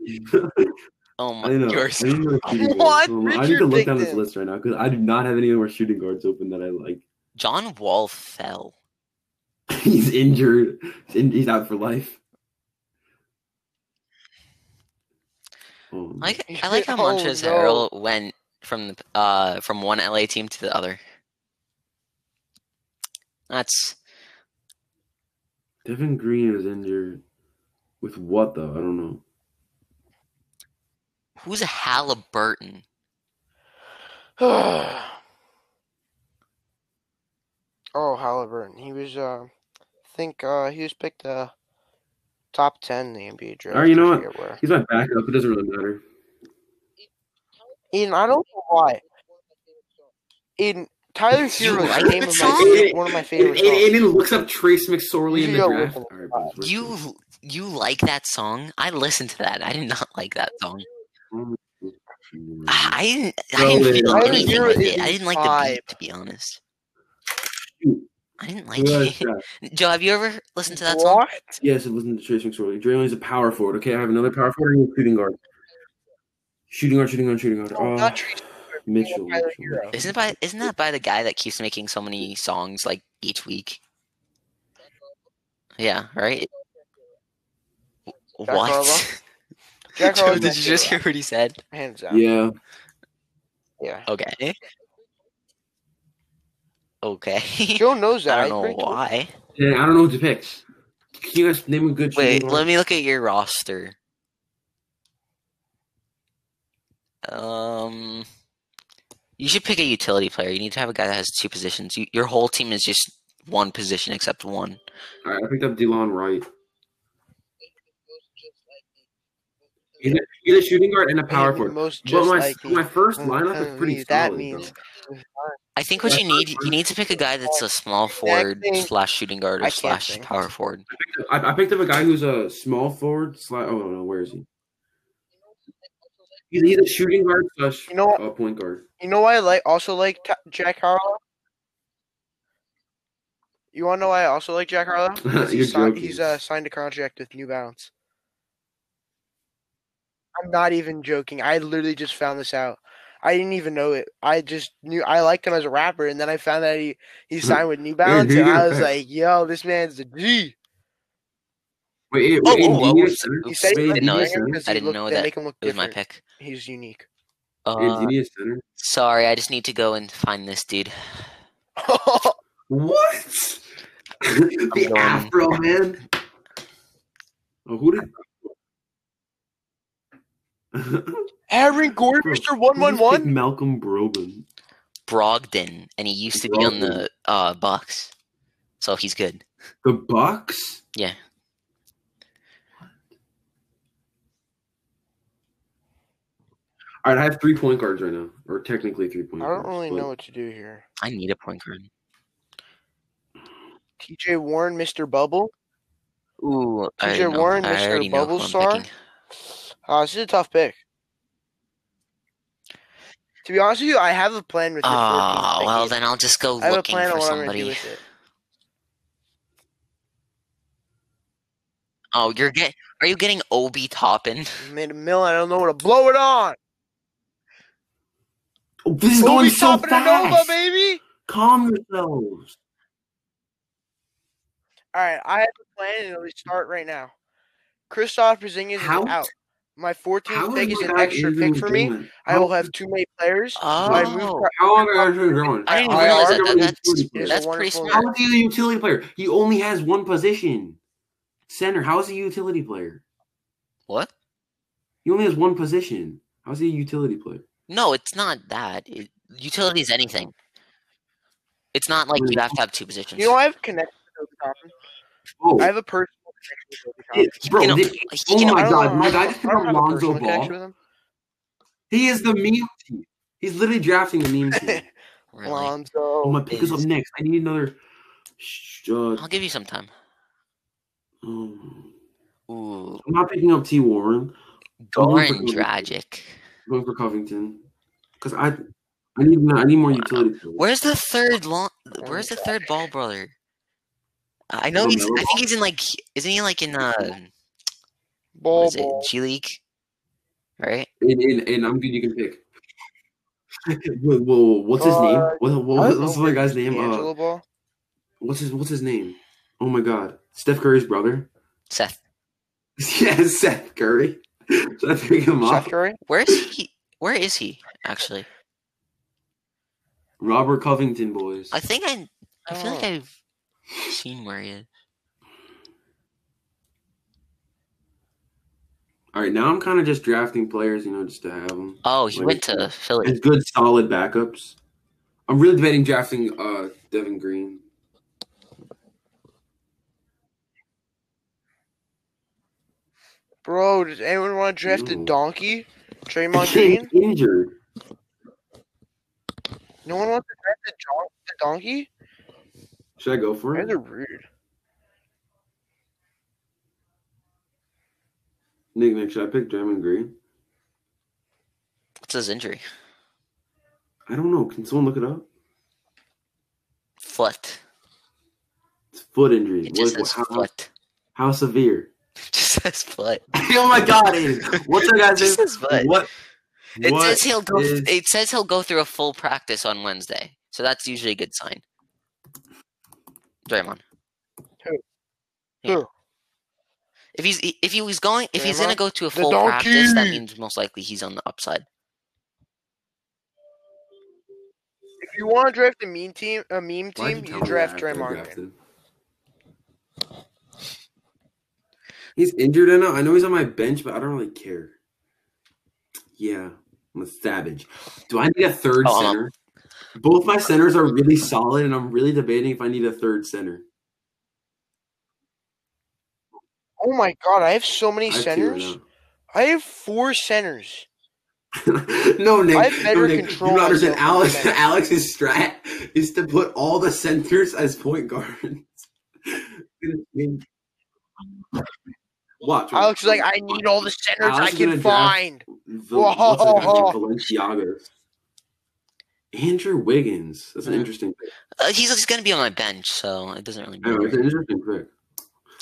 Speaker 3: reason.
Speaker 2: Oh my,
Speaker 3: I know.
Speaker 2: you're
Speaker 3: I need more shooting guards.
Speaker 1: What?
Speaker 3: Hold on, I need
Speaker 1: Richard
Speaker 3: to look down this
Speaker 1: Dickton.
Speaker 3: list right now because I do not have any more shooting guards open that I like.
Speaker 2: John Wall fell.
Speaker 3: He's injured. He's, in, he's out for life. Oh,
Speaker 2: I like, I like how
Speaker 1: Oh,
Speaker 2: Montrezl
Speaker 1: no.
Speaker 2: Harrell went from the uh from one LA team to the other. That's
Speaker 3: Devin Green is injured. With what though? I don't know.
Speaker 2: who's Halliburton?
Speaker 1: oh, Halliburton. He was, uh, I think, uh, he was picked uh, top ten in the NBA draft.
Speaker 3: Alright, you know
Speaker 1: I
Speaker 3: what?
Speaker 1: forget where.
Speaker 3: He's my backup. It doesn't really matter.
Speaker 1: Ian, I don't know why. In Tyler Hero is
Speaker 2: like
Speaker 1: the name
Speaker 2: that
Speaker 1: of
Speaker 2: song?
Speaker 1: my favorite, one of my favorite
Speaker 3: And, and,
Speaker 1: songs.
Speaker 3: and it looks up Trace McSorley in the
Speaker 1: Yo,
Speaker 3: draft.
Speaker 1: listen.
Speaker 3: All right, bro, listen.
Speaker 2: You you like that song? I listened to that. I did not like that song. I didn't. I
Speaker 3: No,
Speaker 2: didn't
Speaker 3: it
Speaker 2: feel
Speaker 3: is.
Speaker 2: anything
Speaker 1: Tyler
Speaker 2: with
Speaker 1: is
Speaker 2: it. I didn't like the beat, to be honest.
Speaker 3: Shoot.
Speaker 2: I didn't like
Speaker 3: Good
Speaker 2: it.
Speaker 3: shot.
Speaker 2: Joe, have you ever listened to that song?
Speaker 1: What?
Speaker 3: Yes, it wasn't the Trace McSorley. Draymond is a power forward. Okay, I have another power forward and a shooting guard. Shooting guard, shooting guard, shooting guard.
Speaker 1: No,
Speaker 3: Uh,
Speaker 1: Oh, not Tracy Jordan,
Speaker 3: Mitchell.
Speaker 1: Tyler
Speaker 3: Mitchell.
Speaker 1: Hero.
Speaker 2: Isn't it by isn't that by the guy that keeps making so many songs like each week? Yeah, right.
Speaker 1: Jack Harlow?
Speaker 2: What?
Speaker 1: Jack
Speaker 2: Joe,
Speaker 1: Harlow's
Speaker 2: did
Speaker 1: my
Speaker 2: you just hear
Speaker 1: favorite,
Speaker 2: what he said?
Speaker 1: Hands down.
Speaker 3: Yeah.
Speaker 1: Yeah.
Speaker 2: Okay. Okay.
Speaker 1: Joe knows that.
Speaker 2: I
Speaker 1: I
Speaker 2: don't know
Speaker 1: think-
Speaker 2: why.
Speaker 3: Yeah, I don't know what to pick. Can you guys name a good
Speaker 2: Wait,
Speaker 3: shooting
Speaker 2: let
Speaker 3: guard?
Speaker 2: me look at your roster. Um, you should pick a utility player. You need to have a guy that has two positions. You, your whole team is just one position except one.
Speaker 3: All right, I picked up DeLon Wright. He's a, he's a shooting guard and a
Speaker 1: I am
Speaker 3: power
Speaker 1: the
Speaker 3: forward.
Speaker 1: Most
Speaker 3: But
Speaker 1: just
Speaker 3: my,
Speaker 1: like
Speaker 3: my first
Speaker 1: Mm,
Speaker 3: lineup
Speaker 1: mm,
Speaker 3: is pretty
Speaker 1: that
Speaker 3: solid.
Speaker 1: means-
Speaker 3: though.
Speaker 2: I think what you need you need to pick a guy that's a small forward
Speaker 1: thing-
Speaker 2: slash shooting guard
Speaker 1: I
Speaker 2: or
Speaker 1: can't
Speaker 2: slash
Speaker 1: think.
Speaker 2: power forward.
Speaker 3: I, I picked up a guy who's a small forward. Slash, oh no, where is he? He's he's a shooting guard slash
Speaker 1: You know what?
Speaker 3: uh, point guard.
Speaker 1: You know why I like also like Ta- Jack Harlow. You want to know why I also like Jack Harlow? 'Cause
Speaker 3: You're
Speaker 1: he's signed,
Speaker 3: joking.
Speaker 1: he's uh, signed a contract with New Balance. I'm not even joking. I literally just found this out. I didn't even know it. I just knew I liked him as a rapper, and then I found out he, he signed with New Balance,
Speaker 3: who
Speaker 1: and
Speaker 3: you
Speaker 1: I
Speaker 3: gonna
Speaker 1: was
Speaker 3: pick?
Speaker 1: like, "Yo, this man's a G."
Speaker 3: Wait, wait, wait,
Speaker 2: Oh, oh,
Speaker 3: do you
Speaker 2: oh,
Speaker 3: need a center?
Speaker 1: He
Speaker 2: Oops,
Speaker 1: said he
Speaker 3: Wait,
Speaker 1: liked
Speaker 2: didn't know
Speaker 1: him
Speaker 2: that.
Speaker 1: because he
Speaker 2: I didn't
Speaker 1: looked-
Speaker 2: know
Speaker 1: they
Speaker 2: that
Speaker 1: Make him look
Speaker 2: It was my
Speaker 1: different.
Speaker 2: pick.
Speaker 1: He's unique.
Speaker 3: Hey, do
Speaker 2: Uh,
Speaker 3: you need a center?
Speaker 2: sorry, I just need to go and find this dude.
Speaker 3: What? the
Speaker 2: going-
Speaker 3: Afro man. Oh, who did?
Speaker 1: Aaron Gordon,
Speaker 3: Bro,
Speaker 1: Mister
Speaker 3: Who
Speaker 1: One
Speaker 3: do you
Speaker 1: One
Speaker 3: think
Speaker 1: One.
Speaker 3: Malcolm Brogan.
Speaker 2: Brogdon, and he used to be on the uh, Bucks, so he's good.
Speaker 3: The Bucks?
Speaker 2: Yeah.
Speaker 3: All right, I have three point guards right now, or technically three point
Speaker 1: I
Speaker 3: guards.
Speaker 1: don't really
Speaker 3: but-
Speaker 1: know what to do here.
Speaker 2: I need a point guard.
Speaker 1: T.J. Warren, Mister Bubble.
Speaker 2: Ooh,
Speaker 1: TJ
Speaker 2: I already know-
Speaker 1: Warren,
Speaker 2: I
Speaker 1: Mr.
Speaker 2: already know who
Speaker 1: Bubble
Speaker 2: I'm
Speaker 1: Star?
Speaker 2: picking.
Speaker 1: Uh, this is a tough pick. To be honest with you, I have a plan with the 14th
Speaker 2: Oh,
Speaker 1: pick
Speaker 2: well,
Speaker 1: here.
Speaker 2: then I'll just go
Speaker 1: I have a
Speaker 2: looking
Speaker 1: plan on
Speaker 2: for
Speaker 1: what I'm gonna do
Speaker 2: somebody.
Speaker 1: with it.
Speaker 2: Oh, you're get. Are you getting Obi Toppin?
Speaker 1: Mid mill, I don't know where to blow it on.
Speaker 3: Oh, this is
Speaker 1: Obi
Speaker 3: going so
Speaker 1: Toppin and Nova,
Speaker 3: fast.
Speaker 1: baby.
Speaker 3: Calm yourselves.
Speaker 1: All right, I have a plan, and it'll start right now. Christoph Porzingis is
Speaker 3: How-
Speaker 1: out. My 14th
Speaker 3: How
Speaker 1: pick
Speaker 3: is
Speaker 1: is
Speaker 3: my
Speaker 1: an
Speaker 3: guy
Speaker 1: extra
Speaker 3: even
Speaker 1: pick for me.
Speaker 3: doing?
Speaker 1: I will
Speaker 3: How-
Speaker 1: have too many players. I moved
Speaker 2: Oh,
Speaker 1: Cro-
Speaker 3: How long are you going?
Speaker 2: I didn't
Speaker 1: I
Speaker 2: realize
Speaker 1: already
Speaker 2: that.
Speaker 1: went
Speaker 2: That's
Speaker 3: through this.
Speaker 2: that's pretty
Speaker 1: Wonderful.
Speaker 2: smart.
Speaker 3: How is he a utility player? He only has one position. Center. How is he a utility player?
Speaker 2: What?
Speaker 3: He only has one position. How is he a utility player?
Speaker 2: No, it's not that. It, utility is anything. It's not like you have to have two positions.
Speaker 1: You know, I have a connection with Obi Toppin.
Speaker 3: Oh,
Speaker 1: I have a personal connection with Obi Toppin.
Speaker 3: it- bro!
Speaker 2: You know,
Speaker 3: did-
Speaker 2: he
Speaker 3: oh
Speaker 2: can-
Speaker 3: my
Speaker 1: I don't
Speaker 3: god,
Speaker 1: know-
Speaker 3: my
Speaker 1: I
Speaker 3: guy
Speaker 1: don't-
Speaker 3: just
Speaker 1: I
Speaker 3: picked
Speaker 1: don't
Speaker 3: up
Speaker 1: have a
Speaker 3: Lonzo
Speaker 1: personal connection
Speaker 3: Ball.
Speaker 1: with him.
Speaker 3: He is the meme team. He's literally drafting the meme team.
Speaker 2: Really?
Speaker 3: oh
Speaker 1: Lonzo.
Speaker 3: my pick is up
Speaker 2: is-
Speaker 3: next. I need another. Sh- uh,
Speaker 2: I'll give you some time.
Speaker 3: um,
Speaker 2: Ooh,
Speaker 3: I'm not picking up T Warren.
Speaker 2: Goran
Speaker 3: Lonzo-
Speaker 2: Dragic.
Speaker 3: I'm going for Covington because I I need I need more utility. players.
Speaker 2: Where's the third long? Where's the third ball brother? I know he's. I think he's in like. Isn't he like in uh? What
Speaker 1: Ball,
Speaker 2: is it?
Speaker 1: ball.
Speaker 2: G League, right?
Speaker 3: And, and, and I'm good. You can pick. whoa, whoa, whoa, what's his name?
Speaker 1: Uh,
Speaker 3: What, what-
Speaker 1: I don't
Speaker 3: what's
Speaker 1: know.
Speaker 3: the other guy's name? Uh,
Speaker 1: D'Angelo Ball.
Speaker 3: what's his What's his name? Oh my God, Steph Curry's brother.
Speaker 2: Seth.
Speaker 3: yeah, Seth Curry. Should I pick him up?
Speaker 1: Seth Curry.
Speaker 2: Where is he? Where is he actually?
Speaker 3: Robert Covington, boys.
Speaker 2: I think I. I feel like
Speaker 1: Oh.
Speaker 2: I've seen where he is.
Speaker 3: All right, now I'm kind of just drafting players, you know, just to have them.
Speaker 2: Oh, he
Speaker 3: Wait.
Speaker 2: went to Philly.
Speaker 3: It's good, solid backups. I'm really debating drafting uh Devin Green.
Speaker 1: Bro, does anyone want to draft a
Speaker 3: Ooh.
Speaker 1: donkey? Draymond
Speaker 3: He's
Speaker 1: Green?
Speaker 3: injured.
Speaker 1: No one wants to draft a, don- a donkey?
Speaker 3: Should I go for
Speaker 1: Guys
Speaker 3: it?
Speaker 1: are rude.
Speaker 3: Nick, Nick, should I pick Devin Green?
Speaker 2: What's his injury?
Speaker 3: I don't know. Can someone look it up?
Speaker 2: Foot.
Speaker 3: It's foot injury.
Speaker 2: It
Speaker 3: What,
Speaker 2: just says
Speaker 3: how,
Speaker 2: foot.
Speaker 3: how severe?
Speaker 2: It just says foot.
Speaker 3: oh my god! Aiden. What's that
Speaker 2: It
Speaker 3: guy's
Speaker 2: just
Speaker 3: name?
Speaker 2: says foot.
Speaker 3: What?
Speaker 2: It
Speaker 3: what
Speaker 2: says he'll go.
Speaker 3: is-
Speaker 2: It says he'll go through a full practice on Wednesday, so that's usually a good sign. Draymond.
Speaker 1: Who?
Speaker 2: Yeah.
Speaker 1: Who?
Speaker 2: If he's if he was going if he's gonna
Speaker 1: Draymond?
Speaker 2: go to a
Speaker 1: The
Speaker 2: full practice, that
Speaker 1: donkey!
Speaker 2: means most likely he's on the upside.
Speaker 1: If you want to draft a meme team, a meme
Speaker 3: Why'd
Speaker 1: team,
Speaker 3: tell
Speaker 1: you
Speaker 3: me
Speaker 1: draft
Speaker 3: that after I
Speaker 1: Draymond. Green.
Speaker 3: drafted? He's injured right now. I know he's on my bench, but I don't really care. Yeah, I'm a savage. Do I need a third
Speaker 2: Oh, I'm up.
Speaker 3: center? Both my centers are really solid, and I'm really debating if I need a third center.
Speaker 1: Oh my god, I have so many
Speaker 3: I have two right
Speaker 1: centers.
Speaker 3: now.
Speaker 1: I have four centers.
Speaker 3: no, Nick.
Speaker 1: I better
Speaker 3: no, Nick.
Speaker 1: control
Speaker 3: you don't understand.
Speaker 1: myself with
Speaker 3: Alex,
Speaker 1: that.
Speaker 3: Alex's strat is to put all the centers as point guards. watch.
Speaker 1: Alex is like, I need all the centers
Speaker 3: Alex
Speaker 1: I
Speaker 3: is gonna
Speaker 1: can
Speaker 3: draft-
Speaker 1: find.
Speaker 3: Val- what's his name? Valenciaga. Andrew Wiggins. That's an
Speaker 2: Yeah.
Speaker 3: interesting pick.
Speaker 2: Uh, he's just going to be on my bench, so it doesn't really
Speaker 3: I know,
Speaker 2: matter.
Speaker 3: it's an interesting pick.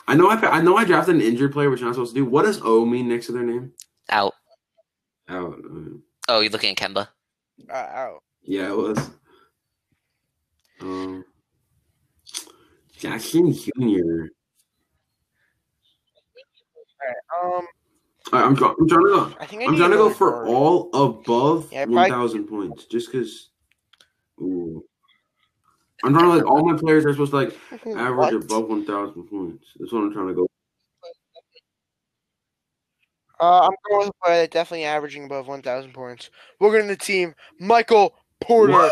Speaker 3: I know. I, I know. I drafted an injured player, which I'm not supposed to do. What does O mean next to their name?
Speaker 2: Out.
Speaker 3: Oh, uh,
Speaker 2: Oh, you're looking at Kemba.
Speaker 1: Uh, oh.
Speaker 3: yeah, it was. Um, Jackson Junior.
Speaker 1: All right, um,
Speaker 3: All right, I'm, try- I'm trying to go.
Speaker 1: I think I
Speaker 3: I'm
Speaker 1: need
Speaker 3: trying to go
Speaker 1: another
Speaker 3: for
Speaker 1: guard.
Speaker 3: all above
Speaker 1: Yeah, probably-
Speaker 3: 1,000 points, just because. Ooh. I'm trying to like all my players are supposed to like
Speaker 1: What?
Speaker 3: average above 1,000 points. That's what I'm trying to go.
Speaker 1: Uh, I'm going with a player that's definitely averaging above 1,000 points. We're going to the team, Michael Porter.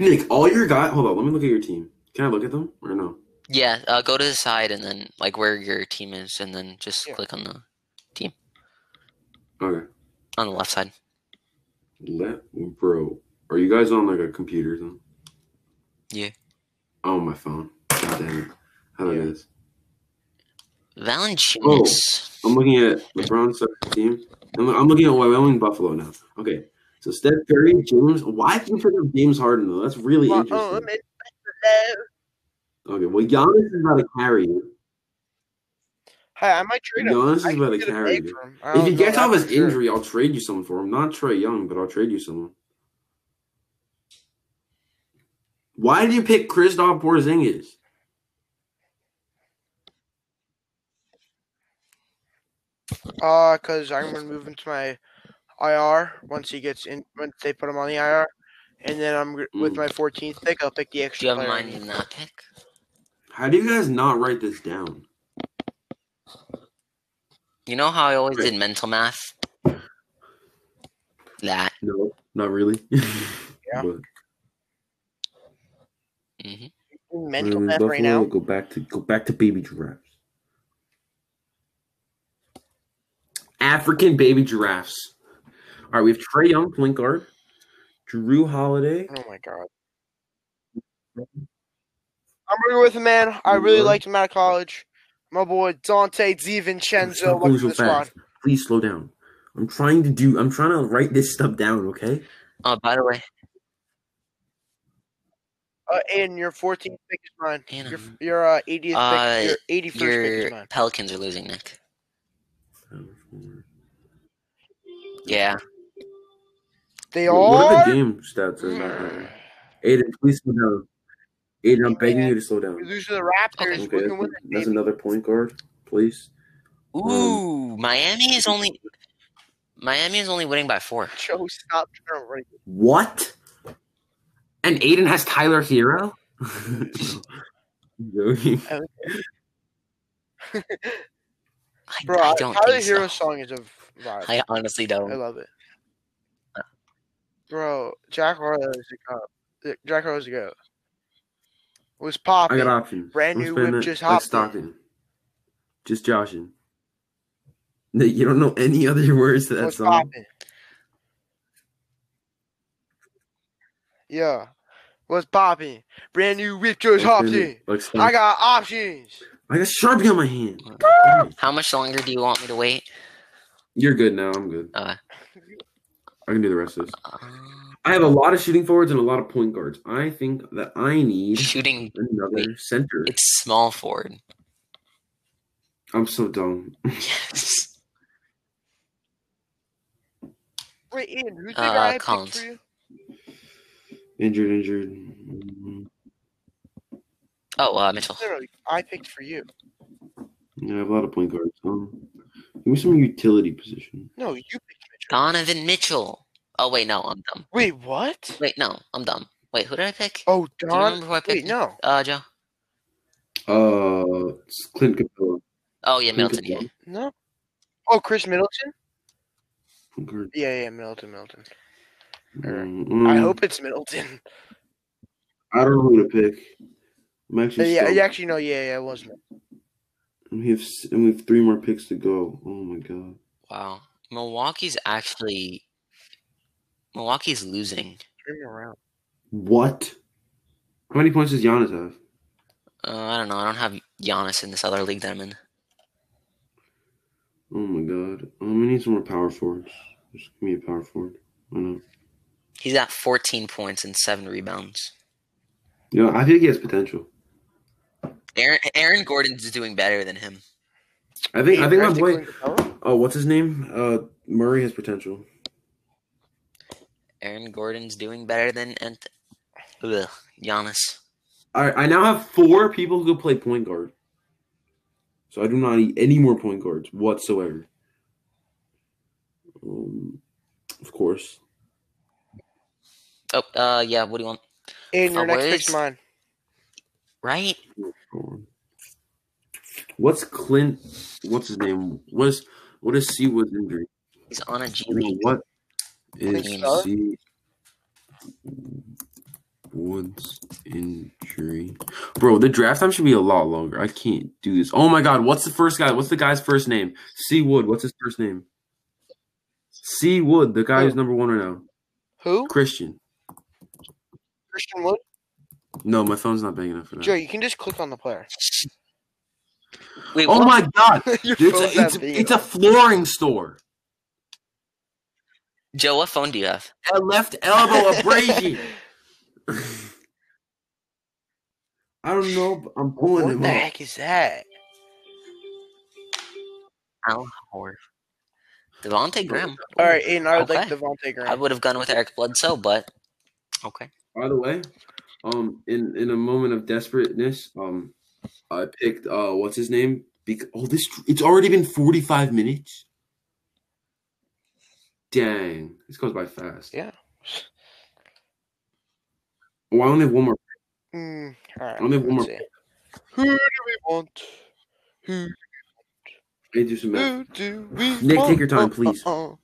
Speaker 3: Nick, all your guys. Hold on, let me look at your team. Can I look at them or no?
Speaker 2: Yeah, uh, go to the side and then, like, where your team is, and then just
Speaker 1: Yeah.
Speaker 2: click on the
Speaker 3: Okay.
Speaker 2: on the left side.
Speaker 3: Let bro, are you guys on like a computer? or something?
Speaker 2: Yeah.
Speaker 3: Oh, my phone. God damn it. How do I do this?
Speaker 2: Valanciunas.
Speaker 3: I'm looking at LeBron's soccer team. I'm, I'm looking at Wyoming Buffalo now. Okay. So Steph Curry, James. Why did you pick up James Harden though? That's really
Speaker 1: Well,
Speaker 3: interesting.
Speaker 1: um, it's hello.
Speaker 3: Okay. Well, Giannis is about to carry you.
Speaker 1: Hey, I might trade him.
Speaker 3: Giannis is
Speaker 1: I can
Speaker 3: about to
Speaker 1: get a
Speaker 3: carry
Speaker 1: big
Speaker 3: you.
Speaker 1: for him. I
Speaker 3: If
Speaker 1: don't
Speaker 3: he
Speaker 1: know,
Speaker 3: gets off
Speaker 1: that's
Speaker 3: his
Speaker 1: for sure.
Speaker 3: injury, I'll trade you someone for him. Not Trey Young, but I'll trade you someone. Why did you pick Kristaps Porzingis?
Speaker 1: Uh, because I'm gonna move him to my IR once he gets in. Once they put him on the IR, and then I'm gr- with
Speaker 3: Mm.
Speaker 1: my 14th pick. I'll pick the
Speaker 2: Do
Speaker 1: extra.
Speaker 2: you have
Speaker 1: player I
Speaker 2: mine
Speaker 1: need.
Speaker 2: in that pick?
Speaker 3: How do you guys not write this down?
Speaker 2: You know how I always
Speaker 3: Right.
Speaker 2: did mental math? That.
Speaker 3: No, not really.
Speaker 1: Yeah.
Speaker 3: But-
Speaker 2: hmm
Speaker 1: Mental
Speaker 3: Mm,
Speaker 1: math right
Speaker 3: Buffalo,
Speaker 1: now.
Speaker 3: Go back to go back to baby giraffes. African baby giraffes. All right, we have Trey Young, point guard. Drew Holiday.
Speaker 1: Oh my god. I'm gonna go with a man I really
Speaker 3: Mhm.
Speaker 1: liked him out of college. My boy Dante DiVincenzo.
Speaker 3: Stop
Speaker 1: welcome
Speaker 3: going
Speaker 1: to
Speaker 3: so
Speaker 1: the squad.
Speaker 3: fast. Please slow down. I'm trying to do. I'm trying to write this stuff down. Okay.
Speaker 2: Oh, by the way,
Speaker 1: Uh, and your 14th pick is mine.
Speaker 2: Aiden,
Speaker 1: Your your uh, 80th
Speaker 2: Uh,
Speaker 1: pick, your 81st pick is
Speaker 2: your
Speaker 1: mine.
Speaker 2: Pelicans are losing, Nick. Yeah.
Speaker 1: They
Speaker 3: What are the
Speaker 1: are.
Speaker 3: game stats? Are about? Aiden, please slow down. Aiden, I'm begging you to slow
Speaker 1: We
Speaker 3: down.
Speaker 1: lose to the Raptors.
Speaker 3: Okay,
Speaker 1: We can win
Speaker 3: that's-
Speaker 1: it,
Speaker 3: that's
Speaker 1: baby.
Speaker 3: another point guard, please.
Speaker 2: Ooh, Miami is only Miami is only winning by four.
Speaker 1: Joe, stop trying to write
Speaker 3: What? And Aiden has Tyler Hero?
Speaker 2: I,
Speaker 1: Bro,
Speaker 2: I
Speaker 1: I
Speaker 2: don't
Speaker 1: Tyler
Speaker 2: think
Speaker 1: Hero
Speaker 2: so.
Speaker 1: song is a vibe. I,
Speaker 2: I honestly don't.
Speaker 1: love it. Bro, Jack Harlow is a goat. Jack Harlow is a goat. Was
Speaker 3: I got
Speaker 1: popping.
Speaker 3: options.
Speaker 1: Brand
Speaker 3: I'm
Speaker 1: new
Speaker 3: spending
Speaker 1: whip
Speaker 3: it
Speaker 1: just
Speaker 3: like
Speaker 1: hopped in.
Speaker 3: Stockton. Just joshing. Nick, you don't know any other words to that
Speaker 1: Was
Speaker 3: song.
Speaker 1: popping. Yeah, was popping. Brand new whip just
Speaker 3: I'm
Speaker 1: hopped
Speaker 3: spending
Speaker 1: in.
Speaker 3: it like Stockton.
Speaker 1: I got options.
Speaker 3: I got Sharpie on my hand.
Speaker 2: How much longer do you want me to wait?
Speaker 3: You're good now. I'm good.
Speaker 2: Okay.
Speaker 3: I can do the rest of this.
Speaker 2: Um,
Speaker 3: I have a lot of shooting forwards and a lot of point guards. I think that I need
Speaker 2: shooting,
Speaker 3: another center.
Speaker 2: it's small forward.
Speaker 3: I'm so dumb.
Speaker 2: Yes.
Speaker 1: Wait, Ian, who's the
Speaker 2: Uh,
Speaker 1: guy I picked
Speaker 2: Collins.
Speaker 1: for you?
Speaker 3: Injured, injured. Mm,
Speaker 2: Oh, uh, Mitchell.
Speaker 1: No, no, I picked for you.
Speaker 3: Yeah, I have a lot of point guards. Um, give me some utility position.
Speaker 1: No, you picked Mitchell.
Speaker 2: Donovan Mitchell. Oh wait, no, I'm dumb.
Speaker 1: Wait, what?
Speaker 2: Wait, no, I'm dumb. Wait, who did I pick?
Speaker 1: Oh,
Speaker 2: do you
Speaker 1: Don.
Speaker 2: remember who I
Speaker 1: Wait,
Speaker 2: picked?
Speaker 1: no.
Speaker 2: Uh, Joe.
Speaker 3: Uh, it's Clint Capella.
Speaker 2: Oh yeah,
Speaker 3: Clint
Speaker 2: Milton. Yeah.
Speaker 3: Capella.
Speaker 1: No. Oh, Chris Middleton?
Speaker 3: Point guard.
Speaker 1: Yeah, yeah, Middleton, Middleton.
Speaker 3: Mm,
Speaker 1: I
Speaker 3: mm,
Speaker 1: hope it's Middleton.
Speaker 3: I don't know who to pick. I'm actually.
Speaker 1: Uh, yeah,
Speaker 3: Yeah,
Speaker 1: yeah, actually, no, yeah, yeah, it was Middleton.
Speaker 3: We have s- and we have three more picks to go. Oh my god.
Speaker 2: Wow. Milwaukee's actually Milwaukee's losing.
Speaker 1: Turn me around.
Speaker 3: What? How many points does Giannis have?
Speaker 2: Uh, I don't know. I don't have Giannis in this other league that I'm in.
Speaker 3: Oh my god. Um, we need some more power forwards. Just give me a power forward. Why not?
Speaker 2: He's at 14 points and seven rebounds.
Speaker 3: You know, I think he has potential.
Speaker 2: Aaron, Aaron Gordon's doing better than him.
Speaker 3: I think I think my
Speaker 1: Drafted
Speaker 3: boy.
Speaker 1: Clint Capella?
Speaker 3: Oh, what's his name? Uh, Murray has potential.
Speaker 2: Aaron Gordon's doing better than Ant- Ugh, Giannis.
Speaker 3: All right, I now have four people who could play point guard. So I do not need any more point guards whatsoever. Um, of course.
Speaker 2: Oh, uh, yeah. What do you want?
Speaker 1: Aiden, your next
Speaker 2: Always.
Speaker 1: pick's mine.
Speaker 2: Right?
Speaker 3: Hold on. What's Clint? What's his name? What is what is C was injury?
Speaker 2: He's on a G
Speaker 3: I mean,
Speaker 2: League.
Speaker 3: What
Speaker 2: Clint
Speaker 3: is
Speaker 1: Starr?
Speaker 3: C Woods injury? Bro, the draft time should be a lot longer. I can't do this. Oh my god, what's the first guy? What's the guy's first name? C Wood. What's his first name? C Wood, the guy who's number one right now.
Speaker 1: Who?
Speaker 3: Christian.
Speaker 1: Christian Wood?
Speaker 3: No, my phone's not big enough for that.
Speaker 1: Joe, you can just click on the player.
Speaker 2: Wait,
Speaker 3: oh
Speaker 2: what?
Speaker 3: my god!
Speaker 1: your
Speaker 3: It's
Speaker 1: phone's
Speaker 3: a,
Speaker 1: not
Speaker 3: it's,
Speaker 1: big
Speaker 3: it's a
Speaker 1: enough.
Speaker 3: flooring store.
Speaker 2: Joe, what phone do you have?
Speaker 3: A left elbow abrasion. I don't know. but I'm pulling
Speaker 1: What
Speaker 3: him
Speaker 1: the
Speaker 3: up.
Speaker 1: heck is that?
Speaker 2: Al Horford. Devontae Graham.
Speaker 3: um,
Speaker 1: All right, Aiden, I would like
Speaker 2: Okay.
Speaker 1: Devontae Graham.
Speaker 2: I would have gone with Eric Bledsoe, but okay.
Speaker 3: By the way, um, in in a moment of desperateness, um, I picked uh, what's his name? Because oh, this it's already been forty five minutes. Dang, this goes by fast.
Speaker 1: Yeah.
Speaker 3: Well, Oh, I only have one more.
Speaker 1: Mm, all right.
Speaker 3: I only have one
Speaker 1: let's
Speaker 3: more.
Speaker 1: see. Who do we want? Who,
Speaker 3: I need to do some math.
Speaker 1: who do we
Speaker 3: Nick, take
Speaker 1: want?
Speaker 3: your time, please.
Speaker 1: Uh, uh, uh.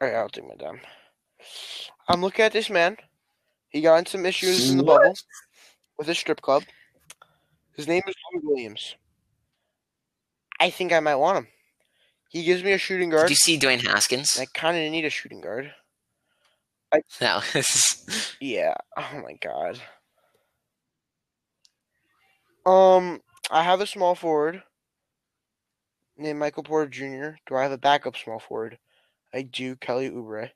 Speaker 1: All right, I'll take my time. I'm looking at this man. He got in some issues in the
Speaker 3: What?
Speaker 1: bubble with his strip club. His name is Lou Williams. I think I might want him. He gives me a shooting
Speaker 2: Did
Speaker 1: guard.
Speaker 2: you see Dwayne Haskins?
Speaker 1: and I kind of need a shooting guard.
Speaker 2: That was
Speaker 1: Yeah. Oh my god. Um, I have a small forward named Michael Porter Jr. Do I have a backup small forward? I do. Kelly Oubre.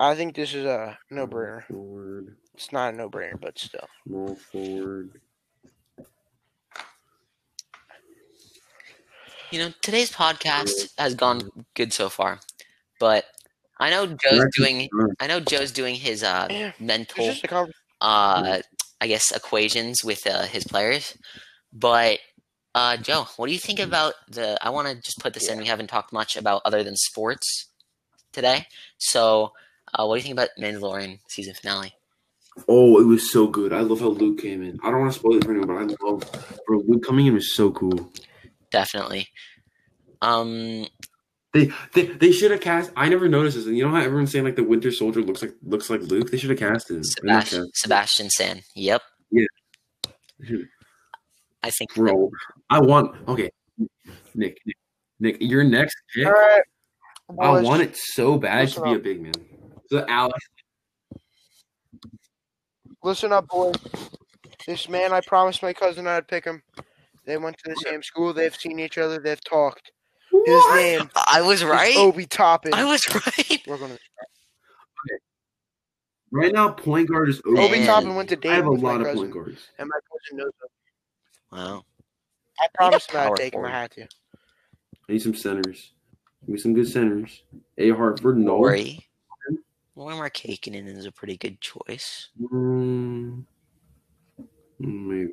Speaker 1: I think this is a no-brainer.
Speaker 3: Forward,
Speaker 1: It's not a no-brainer, but still.
Speaker 3: small forward.
Speaker 2: you know, today's podcast has gone good so far. But I know Joe's doing I know Joe's doing his uh
Speaker 1: Yeah, It's
Speaker 2: mental
Speaker 1: just a conversation.
Speaker 2: uh I guess equations with uh, his players. But uh Joe, what do you think about the I want to just put this in we haven't talked much about other than sports today. So, uh what do you think about Mandalorian season finale?
Speaker 3: Oh, it was so good. I love how Luke came in. I don't want to spoil it for anyone, but I love bro. Luke coming in was so cool.
Speaker 2: Definitely. Um
Speaker 3: They they, they should have cast. I never noticed this. And you know how everyone's saying like the Winter Soldier looks like looks like Luke. They should have cast him. They're not
Speaker 2: Sebastian,
Speaker 3: cast-
Speaker 2: Sebastian San. Yep.
Speaker 3: Yeah. Mhm.
Speaker 2: I think
Speaker 3: Bro, I want. Okay, Nick, Nick, Nick your next pick.
Speaker 1: All right.
Speaker 3: I
Speaker 1: boys.
Speaker 3: want it so bad to
Speaker 1: listen
Speaker 3: be a
Speaker 1: up.
Speaker 3: big man. So Alex,
Speaker 1: Listen up, boys. This man, I promised my cousin I'd pick him. They went to the same school. They've seen each other. They've talked. His name is
Speaker 2: I was right.
Speaker 1: Obi Toppin.
Speaker 2: I was right.
Speaker 1: We're gonna.
Speaker 3: right now point guard is over.
Speaker 1: Obi
Speaker 2: Man.
Speaker 1: Toppin went to
Speaker 3: I have
Speaker 1: Dayton
Speaker 3: a
Speaker 1: with my
Speaker 3: lot of
Speaker 1: cousin,
Speaker 3: point guards.
Speaker 1: and my cousin knows him.
Speaker 2: Wow.
Speaker 1: I promised him I'd
Speaker 2: power
Speaker 1: take him. I
Speaker 2: forward.
Speaker 1: had to.
Speaker 3: I need some centers. Give me some good centers. A Hartford, no.
Speaker 2: Lori. Lori Markkanen is a pretty good choice.
Speaker 3: Mm, Hmm, maybe.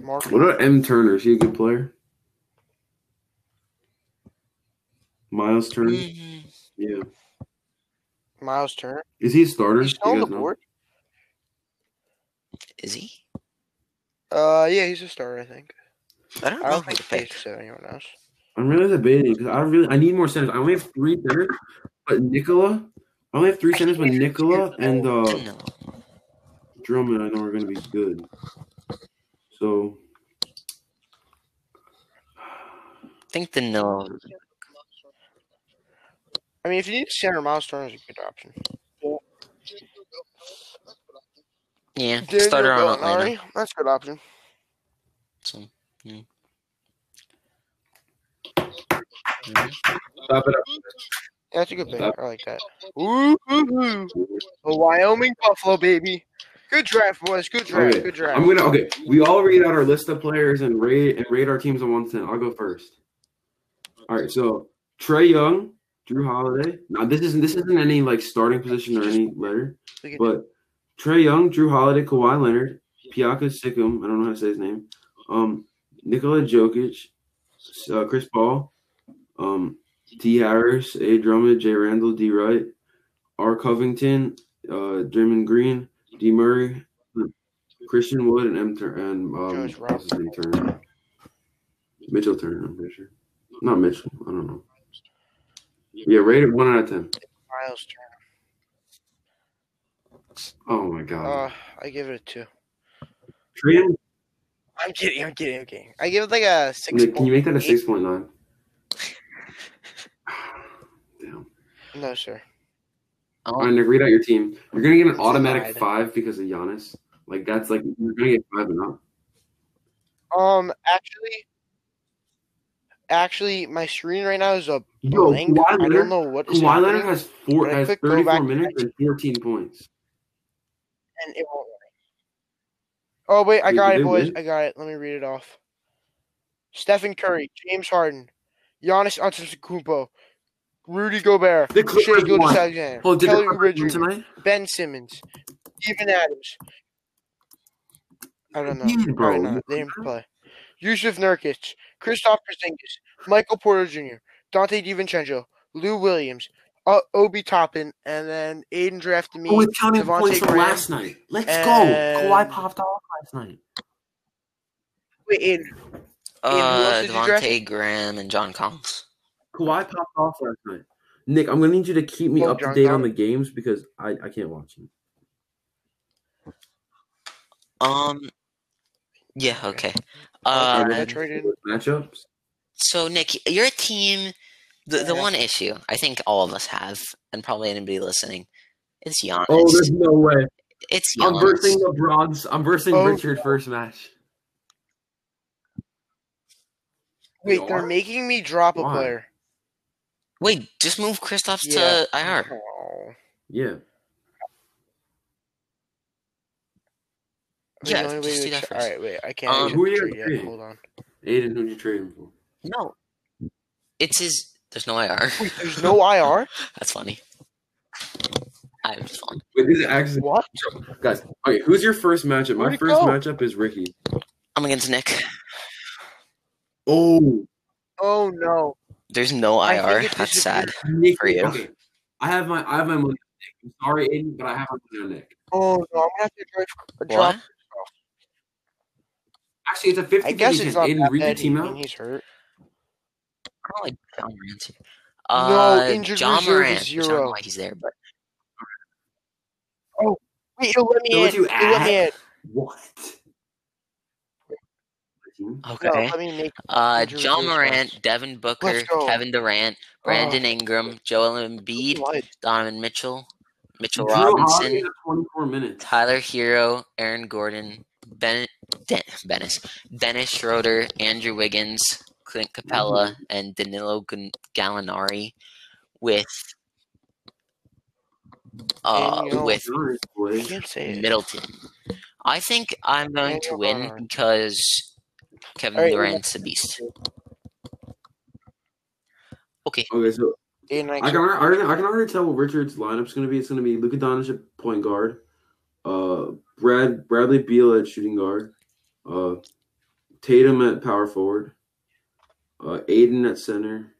Speaker 1: Mark,
Speaker 3: What about M Turner? Is he a good player? Miles Turner.
Speaker 1: Mm.
Speaker 2: Mm-hmm.
Speaker 3: Yeah.
Speaker 1: Miles Turner.
Speaker 3: Is he a starter?
Speaker 1: He's
Speaker 3: Do
Speaker 1: still
Speaker 3: you
Speaker 1: on the
Speaker 3: guys know?
Speaker 1: board.
Speaker 2: Is he?
Speaker 1: Uh, yeah, he's a starter, I think.
Speaker 2: I don't
Speaker 1: I
Speaker 2: know
Speaker 1: don't
Speaker 2: who
Speaker 1: think
Speaker 2: to
Speaker 1: he's paid
Speaker 2: pick.
Speaker 1: to anyone else.
Speaker 3: I'm really debating because I really I need more centers. I only have three centers, but Nicola. I only have three centers, but Nicola and uh,
Speaker 2: No.
Speaker 3: Drummond I know are going to be good. So
Speaker 2: think the no.
Speaker 1: I mean, if you need center, Miles Turner is a good option.
Speaker 2: Yeah,
Speaker 1: Daniel
Speaker 2: starter on Atlanta.
Speaker 1: Gallinari, that's a good option.
Speaker 2: So, yeah.
Speaker 3: Stop it
Speaker 1: Yeah, that's a good pick. I like that. Ooh, ooh, ooh. The Wyoming Buffalo, baby. Good draft, boys. Good draft.
Speaker 3: Okay.
Speaker 1: Good
Speaker 3: up.
Speaker 1: draft.
Speaker 3: I'm gonna okay. We all read out our list of players and rate and rate our teams on one to ten. I'll go first. All right, so Trey Young, Drew Holiday. Now this isn't this isn't any like starting position or any letter,
Speaker 1: We can-
Speaker 3: but Trey Young, Drew Holiday, Kawhi Leonard, Piaka Sikum. I don't know how to say his name. Um, Nikola Jokic, uh, Chris Paul, um, D Harris, A Drummond, J Randall, D Wright, R Covington, uh, Draymond Green, D Murray, Christian Wood, and M Turner, and um,
Speaker 1: Josh
Speaker 3: what's his name, Turner, Mitchell Turner. I'm pretty sure. Not Mitchell. I don't know. Yeah, rated one out of ten.
Speaker 1: Miles Turner.
Speaker 3: Oh my god.
Speaker 1: Uh, I give it a two.
Speaker 3: Trey Young,
Speaker 1: I'm kidding. I'm kidding. I'm kidding. I give it like a six.
Speaker 3: Nick, can you make that a six point nine? Damn.
Speaker 1: No, sir.
Speaker 3: All right, Nick, read out your team. You're gonna get an automatic
Speaker 1: Slide.
Speaker 3: five because of Giannis. Like that's like you're gonna get five and up.
Speaker 1: Um, actually, actually, my screen right now is a
Speaker 3: Yo,
Speaker 1: blank.
Speaker 3: Kawhi
Speaker 1: I
Speaker 3: Leonard-
Speaker 1: don't know what is
Speaker 3: Kawhi
Speaker 1: happening,
Speaker 3: Leonard has four
Speaker 1: Can I
Speaker 3: has
Speaker 1: quick go
Speaker 3: 34
Speaker 1: back-
Speaker 3: minutes and 14 points.
Speaker 1: and it won't work. Oh wait, I
Speaker 3: You-
Speaker 1: got
Speaker 3: you
Speaker 1: it,
Speaker 3: did
Speaker 1: boys.
Speaker 3: win.
Speaker 1: I got it. Let me read it off. Stephen Curry, James Harden, Giannis Antetokounmpo, Rudy Gobert,
Speaker 3: The
Speaker 1: Shea
Speaker 3: Clippers won.
Speaker 1: Gilgeous-Alexander,
Speaker 3: Well, did
Speaker 1: Kelly
Speaker 3: the
Speaker 1: Oubre
Speaker 3: Clippers win
Speaker 1: Jr.,
Speaker 3: tonight?
Speaker 1: Ben Simmons, Steven Adams. I don't know.
Speaker 3: Yeah, bro.
Speaker 1: Probably not. They didn't play. Yusuf Nurkic, Christoph Porzingis, Michael Porter Jr., Dante DiVincenzo, Lou Williams, o- Obi Toppin, and then Aiden drafted me.
Speaker 3: Oh, it's counting
Speaker 1: Devontae
Speaker 3: points from
Speaker 1: Graham,
Speaker 3: last night. Let's
Speaker 1: and-
Speaker 3: go. Kawhi popped off last night.
Speaker 1: Wait, Aiden,
Speaker 2: Uh,
Speaker 1: else did you draft?
Speaker 2: Devontae Graham and John Collins.
Speaker 3: Kawhi popped off last night. Nick, I'm gonna need you to keep me
Speaker 1: Oh,
Speaker 3: up to
Speaker 1: John
Speaker 3: date on
Speaker 1: Collins.
Speaker 3: the games because I, I can't watch them.
Speaker 2: Um, yeah, okay.
Speaker 1: Uh,
Speaker 2: Uh,
Speaker 1: I traded.
Speaker 3: Matchups.
Speaker 2: so Nick, your team. The, the
Speaker 1: Yeah.
Speaker 2: one issue I think all of us have, and probably anybody listening, is Giannis.
Speaker 3: Oh, there's no way.
Speaker 2: it's
Speaker 3: I'm
Speaker 2: Giannis.
Speaker 3: versing LeBron's. I'm versing
Speaker 1: Oh.
Speaker 3: Richard first match.
Speaker 1: Wait,
Speaker 3: You
Speaker 1: they're
Speaker 3: are?
Speaker 1: making me drop a
Speaker 3: Why?
Speaker 1: player.
Speaker 2: Wait, just move Kristaps
Speaker 1: Yeah.
Speaker 2: to IR.
Speaker 1: Oh.
Speaker 3: Yeah.
Speaker 1: I mean,
Speaker 2: Yeah,
Speaker 1: the only way
Speaker 2: just
Speaker 1: to
Speaker 2: do that
Speaker 1: check-
Speaker 2: first.
Speaker 1: Alright, wait, I can't.
Speaker 2: Um,
Speaker 1: check
Speaker 3: who are
Speaker 1: the
Speaker 3: you
Speaker 1: trade yet,
Speaker 3: trading?
Speaker 1: Hold on.
Speaker 3: Aiden, who'd you trade him for?
Speaker 2: No, it's his. There's no IR.
Speaker 1: Wait, there's no IR?
Speaker 2: That's funny. I'm just fun.
Speaker 3: Wait, this is actually
Speaker 1: What?
Speaker 3: guys. Okay, who's your first matchup? My
Speaker 1: Where'd it
Speaker 3: first
Speaker 1: go?
Speaker 3: matchup is Ricky.
Speaker 2: I'm against Nick.
Speaker 3: Oh,
Speaker 1: Oh no.
Speaker 2: There's no
Speaker 1: I
Speaker 2: IR.
Speaker 1: think it
Speaker 2: That's sad.
Speaker 1: disappeared.
Speaker 3: Nick
Speaker 2: For you.
Speaker 3: Okay, I have my I have my money. on Nick. I'm sorry, Aiden, but I have my money on Nick.
Speaker 1: Oh no, I'm gonna have to drive, drop.
Speaker 2: What?
Speaker 3: Actually, it's a
Speaker 1: I
Speaker 3: 50
Speaker 1: guess
Speaker 3: chance.
Speaker 1: it's not
Speaker 3: Aiden,
Speaker 1: that
Speaker 3: read your
Speaker 1: bad.
Speaker 3: team
Speaker 1: I mean,
Speaker 3: out.
Speaker 1: he's hurt.
Speaker 2: Probably John Morant.
Speaker 1: No,
Speaker 2: Uh,
Speaker 1: injured
Speaker 2: John
Speaker 1: reserve
Speaker 2: Morant.
Speaker 1: is
Speaker 2: I don't know
Speaker 1: zero.
Speaker 2: why he's there, but
Speaker 1: Wait, he'll let me
Speaker 3: Don't
Speaker 1: in.
Speaker 3: you
Speaker 1: He'll let me in.
Speaker 3: What?
Speaker 1: No,
Speaker 2: okay.
Speaker 1: let me make.
Speaker 2: Uh,
Speaker 1: injured
Speaker 2: John
Speaker 1: reserve
Speaker 2: Morant,
Speaker 1: spots.
Speaker 2: Devin Booker,
Speaker 1: Let's go. Uh,
Speaker 2: Kevin Durant, Brandon Ingram, Joel Embiid,
Speaker 1: What?
Speaker 2: Donovan Mitchell, Mitchell
Speaker 3: Drew Holiday
Speaker 2: Robinson,
Speaker 3: at 24 minutes.
Speaker 2: Tyler Hero, Aaron Gordon, Ben, Den, Dennis, Dennis Schroeder, Andrew Wiggins, Clint Capella, and Danilo Gun- Gallinari, with uh,
Speaker 1: Daniel.
Speaker 2: with
Speaker 3: Nice,
Speaker 1: I
Speaker 3: boy.
Speaker 1: can't say it.
Speaker 2: Middleton. I think I'm going to
Speaker 1: Daniel
Speaker 2: win
Speaker 1: Hunter.
Speaker 2: because Kevin
Speaker 1: All right, we
Speaker 2: Durant's a beast. Okay,
Speaker 3: Okay, so
Speaker 1: Aiden, I
Speaker 3: I
Speaker 1: can't-
Speaker 3: can, already, I can already tell what Richard's lineup's going to be. It's going to be Luka Doncic at point guard, uh, Brad Bradley Beal at shooting guard, uh, Tatum at power forward, uh, Aiden at center.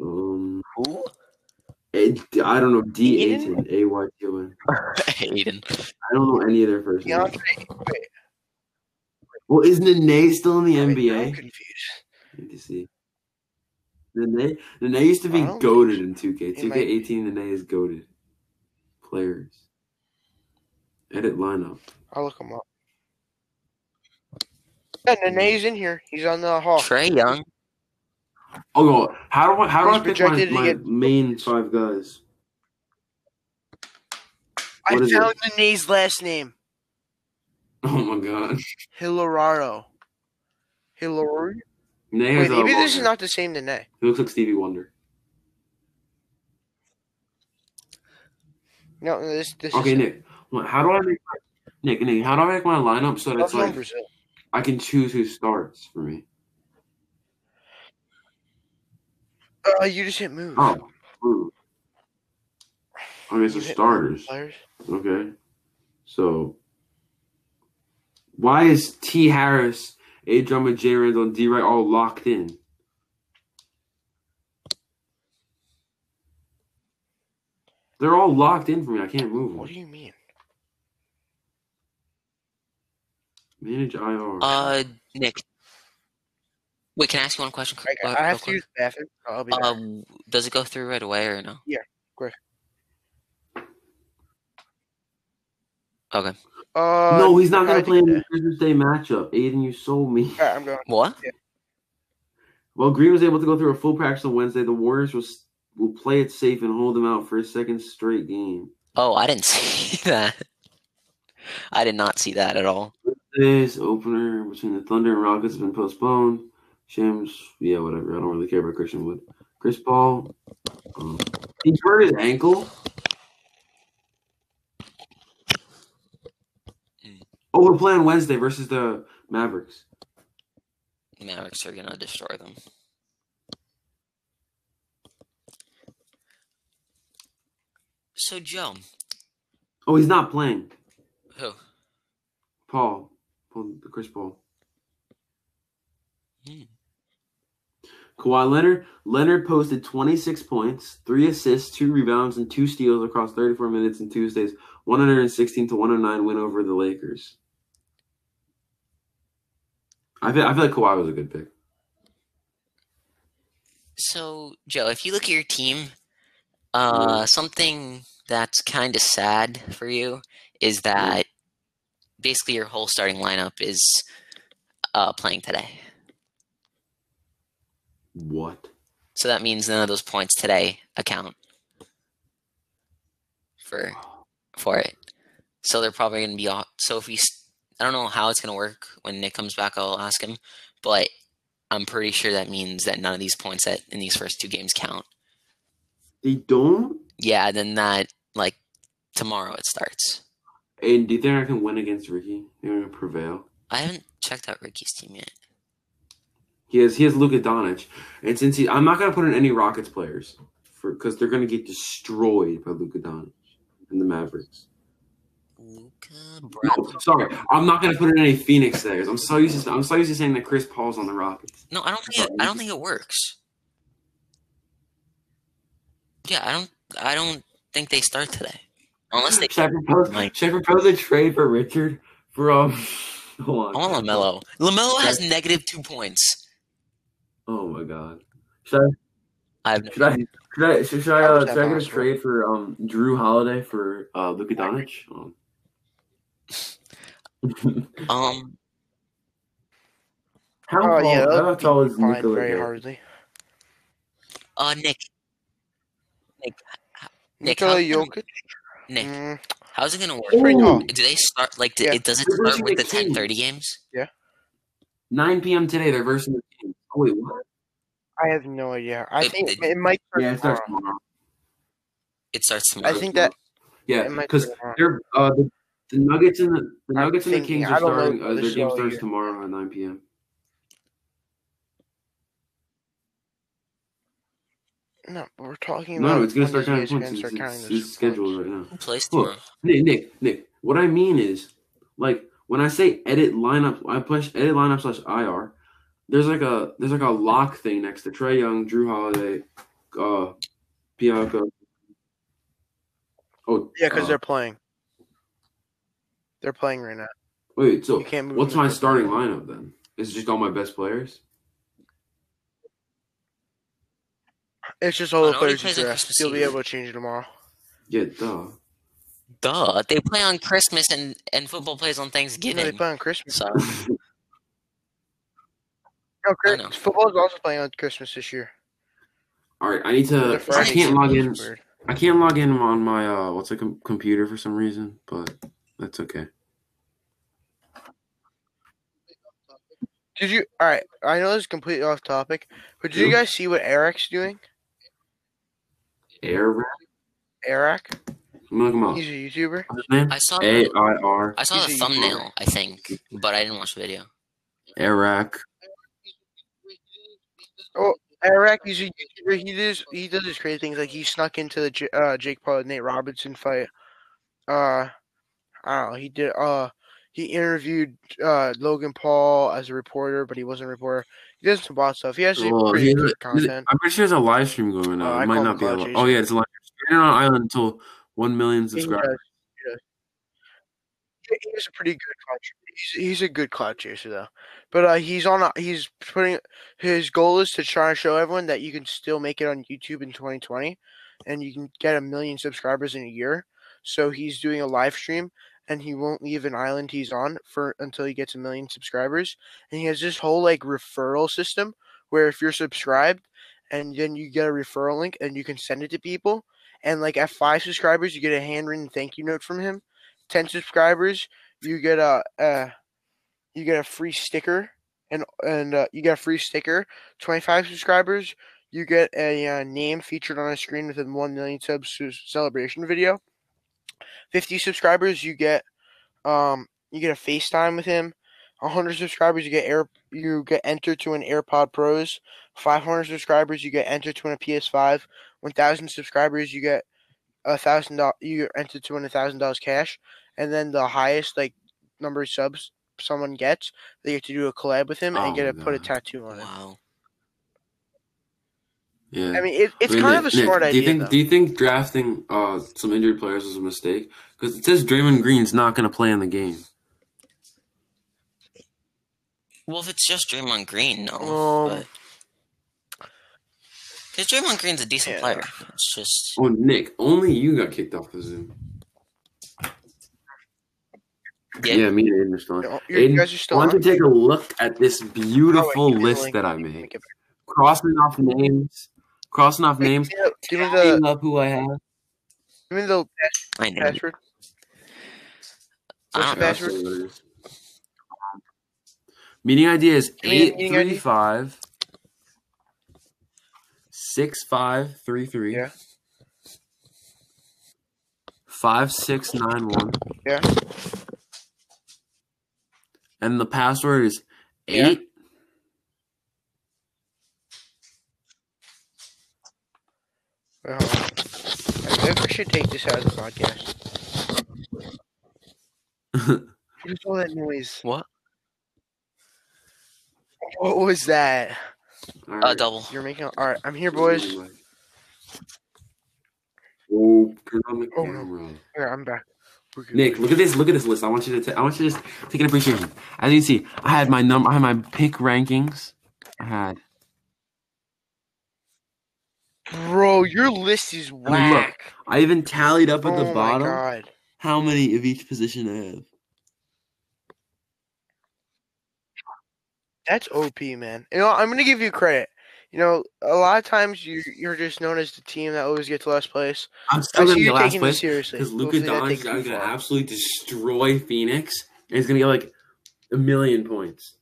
Speaker 3: Um,
Speaker 2: who?
Speaker 3: I I don't know D
Speaker 1: Aiden?
Speaker 3: Aiton A Y T O N.
Speaker 2: Hayden.
Speaker 3: I don't know any of their first names.
Speaker 1: DeAndre.
Speaker 3: Well, is Nene still in the
Speaker 1: Wait, now I'm
Speaker 3: NBA?
Speaker 1: confused.
Speaker 3: Need to see. Nene, Nene used to be
Speaker 1: I don't
Speaker 3: goaded in 2K.
Speaker 1: It might be.
Speaker 3: 2K18, Nene is goaded. Players. Edit lineup.
Speaker 1: I'll look him up. Yeah, Nene's in here. He's on the hall.
Speaker 2: Trey Young.
Speaker 3: Oh, God. how do I, how do
Speaker 1: He's
Speaker 3: I pick my,
Speaker 1: projected to
Speaker 3: my
Speaker 1: get-
Speaker 3: main five guys?
Speaker 1: I
Speaker 3: What is it?
Speaker 1: found the Nays last name.
Speaker 3: Oh my god,
Speaker 1: Hilararo. Hilararo?
Speaker 3: Nay
Speaker 1: Wait,
Speaker 3: is
Speaker 1: maybe
Speaker 3: a
Speaker 1: this is
Speaker 3: uh, Walker.
Speaker 1: not the same to Nay.
Speaker 3: He looks like Stevie Wonder.
Speaker 1: No, no, this this
Speaker 3: Okay,
Speaker 1: is
Speaker 3: Nick. what- How do I make my, Nick? Nick, how do I make my lineup so that
Speaker 1: Love
Speaker 3: it's
Speaker 1: from
Speaker 3: like
Speaker 1: Brazil.
Speaker 3: I can choose who starts for me?
Speaker 1: Uh, you just hit move.
Speaker 3: Oh, ooh. okay, so
Speaker 1: You hit
Speaker 3: starters.
Speaker 1: Players.
Speaker 3: Okay, so why is T Harris, A Drama, J Randall, and D Wright all locked in? They're all locked in for me. I can't move
Speaker 1: What do
Speaker 3: them.
Speaker 1: you mean?
Speaker 3: Manage IR.
Speaker 2: Uh, Nick. Wait, can I ask you one question?
Speaker 1: Like,
Speaker 2: uh,
Speaker 1: I
Speaker 2: real
Speaker 1: have to
Speaker 2: quick?
Speaker 1: use the bathroom. so I'll be
Speaker 3: Uh,
Speaker 1: back.
Speaker 2: Um, does it go through right away or no?
Speaker 1: Yeah, quick.
Speaker 2: Okay.
Speaker 1: Uh,
Speaker 3: no, he's not
Speaker 1: I
Speaker 3: going to
Speaker 1: think
Speaker 3: play in
Speaker 1: that-
Speaker 3: the Christmas Day matchup. Aiden, you sold me.
Speaker 1: all right, I'm going.
Speaker 2: What?
Speaker 3: While Green was able to go through a full practice on Wednesday, the Warriors will, s- will play it safe and hold them out for a second straight game.
Speaker 2: Oh, I didn't see that. I did not see that at all.
Speaker 3: Today's opener between the Thunder and Rockets has been postponed. Shams, yeah, whatever. I don't really care about Christian Wood. Chris Paul, um, he hurt his ankle. Oh, we're playing Wednesday versus the Mavericks.
Speaker 2: Mavericks are gonna destroy them. So Joe,
Speaker 3: Oh, he's not playing.
Speaker 2: who?
Speaker 3: Paul, Paul Chris Paul.
Speaker 2: Hmm.
Speaker 3: Kawhi Leonard. Leonard posted 26 points, three assists, two rebounds, and two steals across 34 minutes in Tuesday's 116 to 109 win over the Lakers. I feel, I feel like Kawhi was a good pick.
Speaker 2: So Joe, if you look at your team, uh, something that's kind of sad for you is that basically your whole starting lineup is uh, playing today.
Speaker 3: What?
Speaker 2: So that means none of those points today account for for it. So they're probably going to be all. So if we, s- I don't know how it's going to work when Nick comes back. I'll ask him, but I'm pretty sure that means that none of these points that in these first two games count.
Speaker 3: They don't?
Speaker 2: Yeah, then that like tomorrow it starts.
Speaker 3: And do you think I can win against Ricky? They're going to prevail.
Speaker 2: I haven't checked out Ricky's team yet.
Speaker 3: He has he has Luka Doncic, and since he, I'm not going to put in any Rockets players for because they're going to get destroyed by Luka Doncic and the Mavericks.
Speaker 2: Luca
Speaker 3: No, sorry, I'm not gonna put in any Phoenix Sayers. I'm so used to I'm so used to saying that Chris Paul's on the Rockets.
Speaker 2: No, I don't think it, I don't think it works. Yeah, I don't. I don't think they start today, unless they.
Speaker 3: Should I propose,
Speaker 2: Mike.
Speaker 3: should I propose a trade for Richard for um? Hold
Speaker 2: I
Speaker 3: on.
Speaker 2: want Lamelo. Lamelo has negative two points.
Speaker 3: Oh my god. Should I
Speaker 2: I've
Speaker 3: should I should I should, should I,
Speaker 1: How
Speaker 3: uh,
Speaker 1: is that
Speaker 3: should I get a
Speaker 1: possible?
Speaker 3: trade for um Drew Holiday for uh Luka Doncic? Um,
Speaker 2: um.
Speaker 3: how
Speaker 1: Oh,
Speaker 3: tall,
Speaker 1: yeah, that
Speaker 3: how
Speaker 1: would
Speaker 3: tall is
Speaker 1: Fine,
Speaker 3: Nikola?
Speaker 1: very
Speaker 3: Jokic?
Speaker 1: hardly.
Speaker 2: Uh, Nick. Nick. Nick,
Speaker 1: Nikola
Speaker 2: how come-
Speaker 1: Jokic.
Speaker 2: Nick.
Speaker 1: Mm,
Speaker 2: How's it gonna work?
Speaker 1: pretty tall.
Speaker 2: Do they start like? Do,
Speaker 1: Yeah.
Speaker 2: it does it
Speaker 3: They're
Speaker 2: start
Speaker 3: pushing
Speaker 2: with
Speaker 3: the
Speaker 2: the ten thirty games?
Speaker 3: 9 p.m. today. They're versus the Kings. Oh wait, what?
Speaker 1: I have no idea. I
Speaker 2: It-
Speaker 1: think
Speaker 2: it-
Speaker 1: it, might. start
Speaker 3: Yeah, it starts
Speaker 1: tomorrow.
Speaker 3: tomorrow.
Speaker 2: It starts
Speaker 1: I
Speaker 2: tomorrow.
Speaker 1: think that
Speaker 3: Yeah,
Speaker 1: it might
Speaker 3: because
Speaker 1: start tomorrow.
Speaker 3: They're uh, the, the Nuggets and the, the
Speaker 1: I'm
Speaker 3: Nuggets and the
Speaker 1: thinking-
Speaker 3: Kings
Speaker 1: I
Speaker 3: are
Speaker 1: don't know
Speaker 3: starting.
Speaker 1: if
Speaker 3: Uh, their
Speaker 1: this
Speaker 3: game
Speaker 1: show
Speaker 3: starts
Speaker 1: here-
Speaker 3: tomorrow at 9 p.m.
Speaker 1: No, but we're talking about.
Speaker 3: No, it's gonna
Speaker 1: when
Speaker 3: start
Speaker 1: these
Speaker 3: counting
Speaker 1: guys are
Speaker 3: points.
Speaker 1: gonna
Speaker 3: It's,
Speaker 1: start counting
Speaker 3: it's,
Speaker 1: those
Speaker 3: it's scheduled
Speaker 1: points.
Speaker 3: right now.
Speaker 2: Who plays
Speaker 3: Look.
Speaker 2: tomorrow?
Speaker 3: Nick, Nick, Nick. What I mean is, like, when I say edit lineup, I push edit lineup slash IR. There's like a there's like a lock thing next to Trey Young, Drew Holiday, uh, Bianca. Oh
Speaker 1: Yeah, because
Speaker 3: uh,
Speaker 1: they're playing. They're playing right now.
Speaker 3: wait. So
Speaker 1: you can't move
Speaker 3: what's
Speaker 1: them
Speaker 3: my
Speaker 1: to-
Speaker 3: starting lineup then? Is it just all my best players?
Speaker 1: It's just all the
Speaker 2: But only
Speaker 1: players you
Speaker 2: plays on
Speaker 1: draft.
Speaker 2: Christmas
Speaker 1: You'll be
Speaker 2: Eve.
Speaker 1: able to change it tomorrow.
Speaker 3: Yeah, duh.
Speaker 2: Duh. They play on Christmas and and football plays on
Speaker 1: No, they
Speaker 2: Thanksgiving.
Speaker 1: play on Christmas.
Speaker 2: So
Speaker 1: No, Oh, Chris,
Speaker 2: know.
Speaker 1: football is also playing on Christmas this year.
Speaker 3: All right, I need
Speaker 1: The
Speaker 3: to. Uh, I
Speaker 1: Friday
Speaker 3: can't
Speaker 1: game
Speaker 3: log
Speaker 1: is
Speaker 3: in.
Speaker 1: weird.
Speaker 3: I can't log in on my uh, what's a com- computer for some reason, but that's okay.
Speaker 1: Did you? All right, I know this is completely off topic, but did you
Speaker 3: Yeah.
Speaker 1: guys see what Eric's doing?
Speaker 3: Air rap.
Speaker 1: Eric,
Speaker 3: I'm gonna look him up.
Speaker 1: he's a YouTuber.
Speaker 3: What's his name?
Speaker 2: I saw
Speaker 3: A I R.
Speaker 2: I saw the
Speaker 1: He's a YouTuber.
Speaker 2: thumbnail, I think, but I didn't watch the video.
Speaker 3: Iraq.
Speaker 1: Eric, he's a YouTuber. He does he does his crazy things like he snuck into the J- uh, Jake Paul and Nate Robinson fight. Uh, I don't know. He did. Uh, he interviewed uh Logan Paul as a reporter, but he wasn't a reporter. He does some bot stuff. He has some
Speaker 3: Oh,
Speaker 1: pretty
Speaker 3: he's a-
Speaker 1: good
Speaker 3: is it-
Speaker 1: content.
Speaker 3: I'm pretty sure there's a live stream going on.
Speaker 1: Oh, I
Speaker 3: it might
Speaker 1: call
Speaker 3: not be.
Speaker 1: it
Speaker 3: A,
Speaker 1: live
Speaker 3: li- oh yeah, it's a live. Standing on island until one million
Speaker 1: He
Speaker 3: subscribers.
Speaker 1: does, he does. He- he is a pretty good cloud chaser. He's, he's a good cloud chaser though. But uh, he's on. A, he's putting his goal is to try to show everyone that you can still make it on YouTube in 2020, and you can get a million subscribers in a year. So he's doing a live stream, and he won't leave an island he's on for until he gets a million subscribers. And he has this whole like referral system where if you're subscribed, and then you get a referral link, and you can send it to people and like at five subscribers you get a handwritten thank you note from him. Ten subscribers you get a, a you get a free sticker and and uh, you get a free sticker. Twenty five subscribers you get a uh, name featured on a screen within one million subs ce- celebration video. Fifty subscribers you get um you get a FaceTime with him. 100 subscribers, you get air, you get entered to an AirPod Pros. 500 subscribers, you get entered to an PS5 one thousand subscribers, you get a thousand dollars. You get entered to win a thousand dollars cash, and then the highest like number of subs someone gets, they get to do a collab with him
Speaker 3: Oh
Speaker 1: and get to
Speaker 3: my
Speaker 1: put a
Speaker 3: God.
Speaker 1: tattoo on him.
Speaker 2: Wow.
Speaker 3: Yeah.
Speaker 1: I mean, it, it's
Speaker 3: Wait,
Speaker 1: kind of a
Speaker 3: Nick, Nick,
Speaker 1: smart
Speaker 3: Do
Speaker 1: idea.
Speaker 3: you think
Speaker 1: though.
Speaker 3: Do you think drafting uh, some injured players was a mistake? Because it says Draymond Green's not going to play in the game.
Speaker 2: Well, if it's just Draymond Green, no.
Speaker 1: Um,
Speaker 2: Because Draymond Green's a decent
Speaker 1: Yeah.
Speaker 2: player. It's just
Speaker 3: Oh, Nick, only you got kicked off the Zoom.
Speaker 2: Yeah.
Speaker 3: Yeah, me and Aiden are still. on.
Speaker 1: You know, you
Speaker 3: Aiden,
Speaker 1: guys are still
Speaker 3: why
Speaker 1: on.
Speaker 3: don't you take a look at this beautiful
Speaker 1: Oh, wait,
Speaker 3: list
Speaker 1: like-
Speaker 3: that I made? Crossing off names, crossing off names.
Speaker 1: Give me the- give me the
Speaker 3: Adding up who I have.
Speaker 1: give me the pass-
Speaker 2: I know.
Speaker 1: password.
Speaker 2: I
Speaker 1: what's
Speaker 2: don't
Speaker 1: the
Speaker 2: know.
Speaker 1: best- Password.
Speaker 3: Meeting idea is
Speaker 1: Meeting- meeting ID?
Speaker 3: 835 6533
Speaker 1: Yeah.
Speaker 3: 5691.
Speaker 1: Yeah.
Speaker 3: And the password is
Speaker 1: Yeah.
Speaker 3: 8
Speaker 1: Wait, hold on. I think we should take this out of the podcast. What is all that noise?
Speaker 2: What?
Speaker 1: What was that?
Speaker 3: All
Speaker 2: A
Speaker 3: right.
Speaker 2: double.
Speaker 1: You're making. All right, I'm here, boys.
Speaker 3: Oh, turn on the
Speaker 1: Oh, no.
Speaker 3: camera.
Speaker 1: Here, I'm back. We're good.
Speaker 3: Nick, look at this. Look at this list. I want you to. T- I want you to just take an appreciation. As you see, I had my number. I had my pick rankings. I had.
Speaker 1: Bro, your list is
Speaker 3: look
Speaker 1: whack.
Speaker 3: I even tallied up at
Speaker 1: oh
Speaker 3: the
Speaker 1: my
Speaker 3: bottom
Speaker 1: god.
Speaker 3: how many of each position I have.
Speaker 1: That's OP, man. You know, I'm gonna give you credit. You know, a lot of times you you're just known as the team that always gets last place.
Speaker 3: I'm
Speaker 1: I
Speaker 3: still
Speaker 1: see
Speaker 3: gonna be
Speaker 1: you
Speaker 3: last
Speaker 1: taking this
Speaker 3: place
Speaker 1: seriously.
Speaker 3: because Luka
Speaker 1: Hopefully that
Speaker 3: Doncic is
Speaker 1: takes you
Speaker 3: gonna
Speaker 1: far.
Speaker 3: absolutely destroy Phoenix, and he's gonna get like a million points.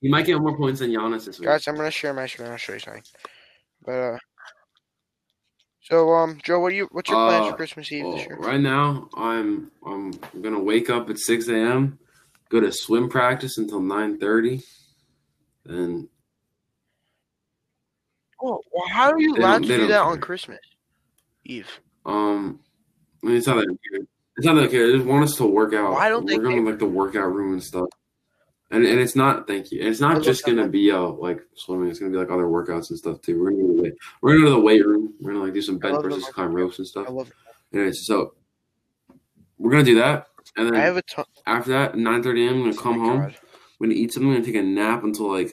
Speaker 3: He might get more points than Giannis this week.
Speaker 1: Guys, I'm gonna share my screen. I'll show you something. But uh, so um, Joe, what do you what's your plans for
Speaker 3: Uh,
Speaker 1: Christmas Eve
Speaker 3: Well,
Speaker 1: this year?
Speaker 3: right now, I'm I'm gonna wake up at 6 a.m., go to swim practice until 9:30, and
Speaker 1: Oh, well, how are you
Speaker 3: They
Speaker 1: allowed
Speaker 3: don't-
Speaker 1: to
Speaker 3: they
Speaker 1: do
Speaker 3: don't
Speaker 1: that on
Speaker 3: care.
Speaker 1: Christmas Eve?
Speaker 3: um, I mean, it's not that good. It's not that good. They just want us to work out.
Speaker 1: Why don't they
Speaker 3: We're going to like the workout room and stuff. And and it's not thank you. And it's
Speaker 1: I
Speaker 3: not
Speaker 1: love
Speaker 3: just
Speaker 1: that
Speaker 3: gonna
Speaker 1: one.
Speaker 3: be uh like swimming. It's gonna be like other workouts and stuff too. We're gonna go to the, we're gonna go to the weight room. We're gonna like do some bench
Speaker 1: love that
Speaker 3: presses,
Speaker 1: one.
Speaker 3: climb ropes and stuff.
Speaker 1: I love.
Speaker 3: Anyways, so we're gonna do that. And then
Speaker 1: I have a ton.
Speaker 3: after that, 9:30 a.m. I'm gonna
Speaker 1: oh
Speaker 3: come
Speaker 1: my
Speaker 3: home.
Speaker 1: God.
Speaker 3: I'm gonna eat something and take a nap until like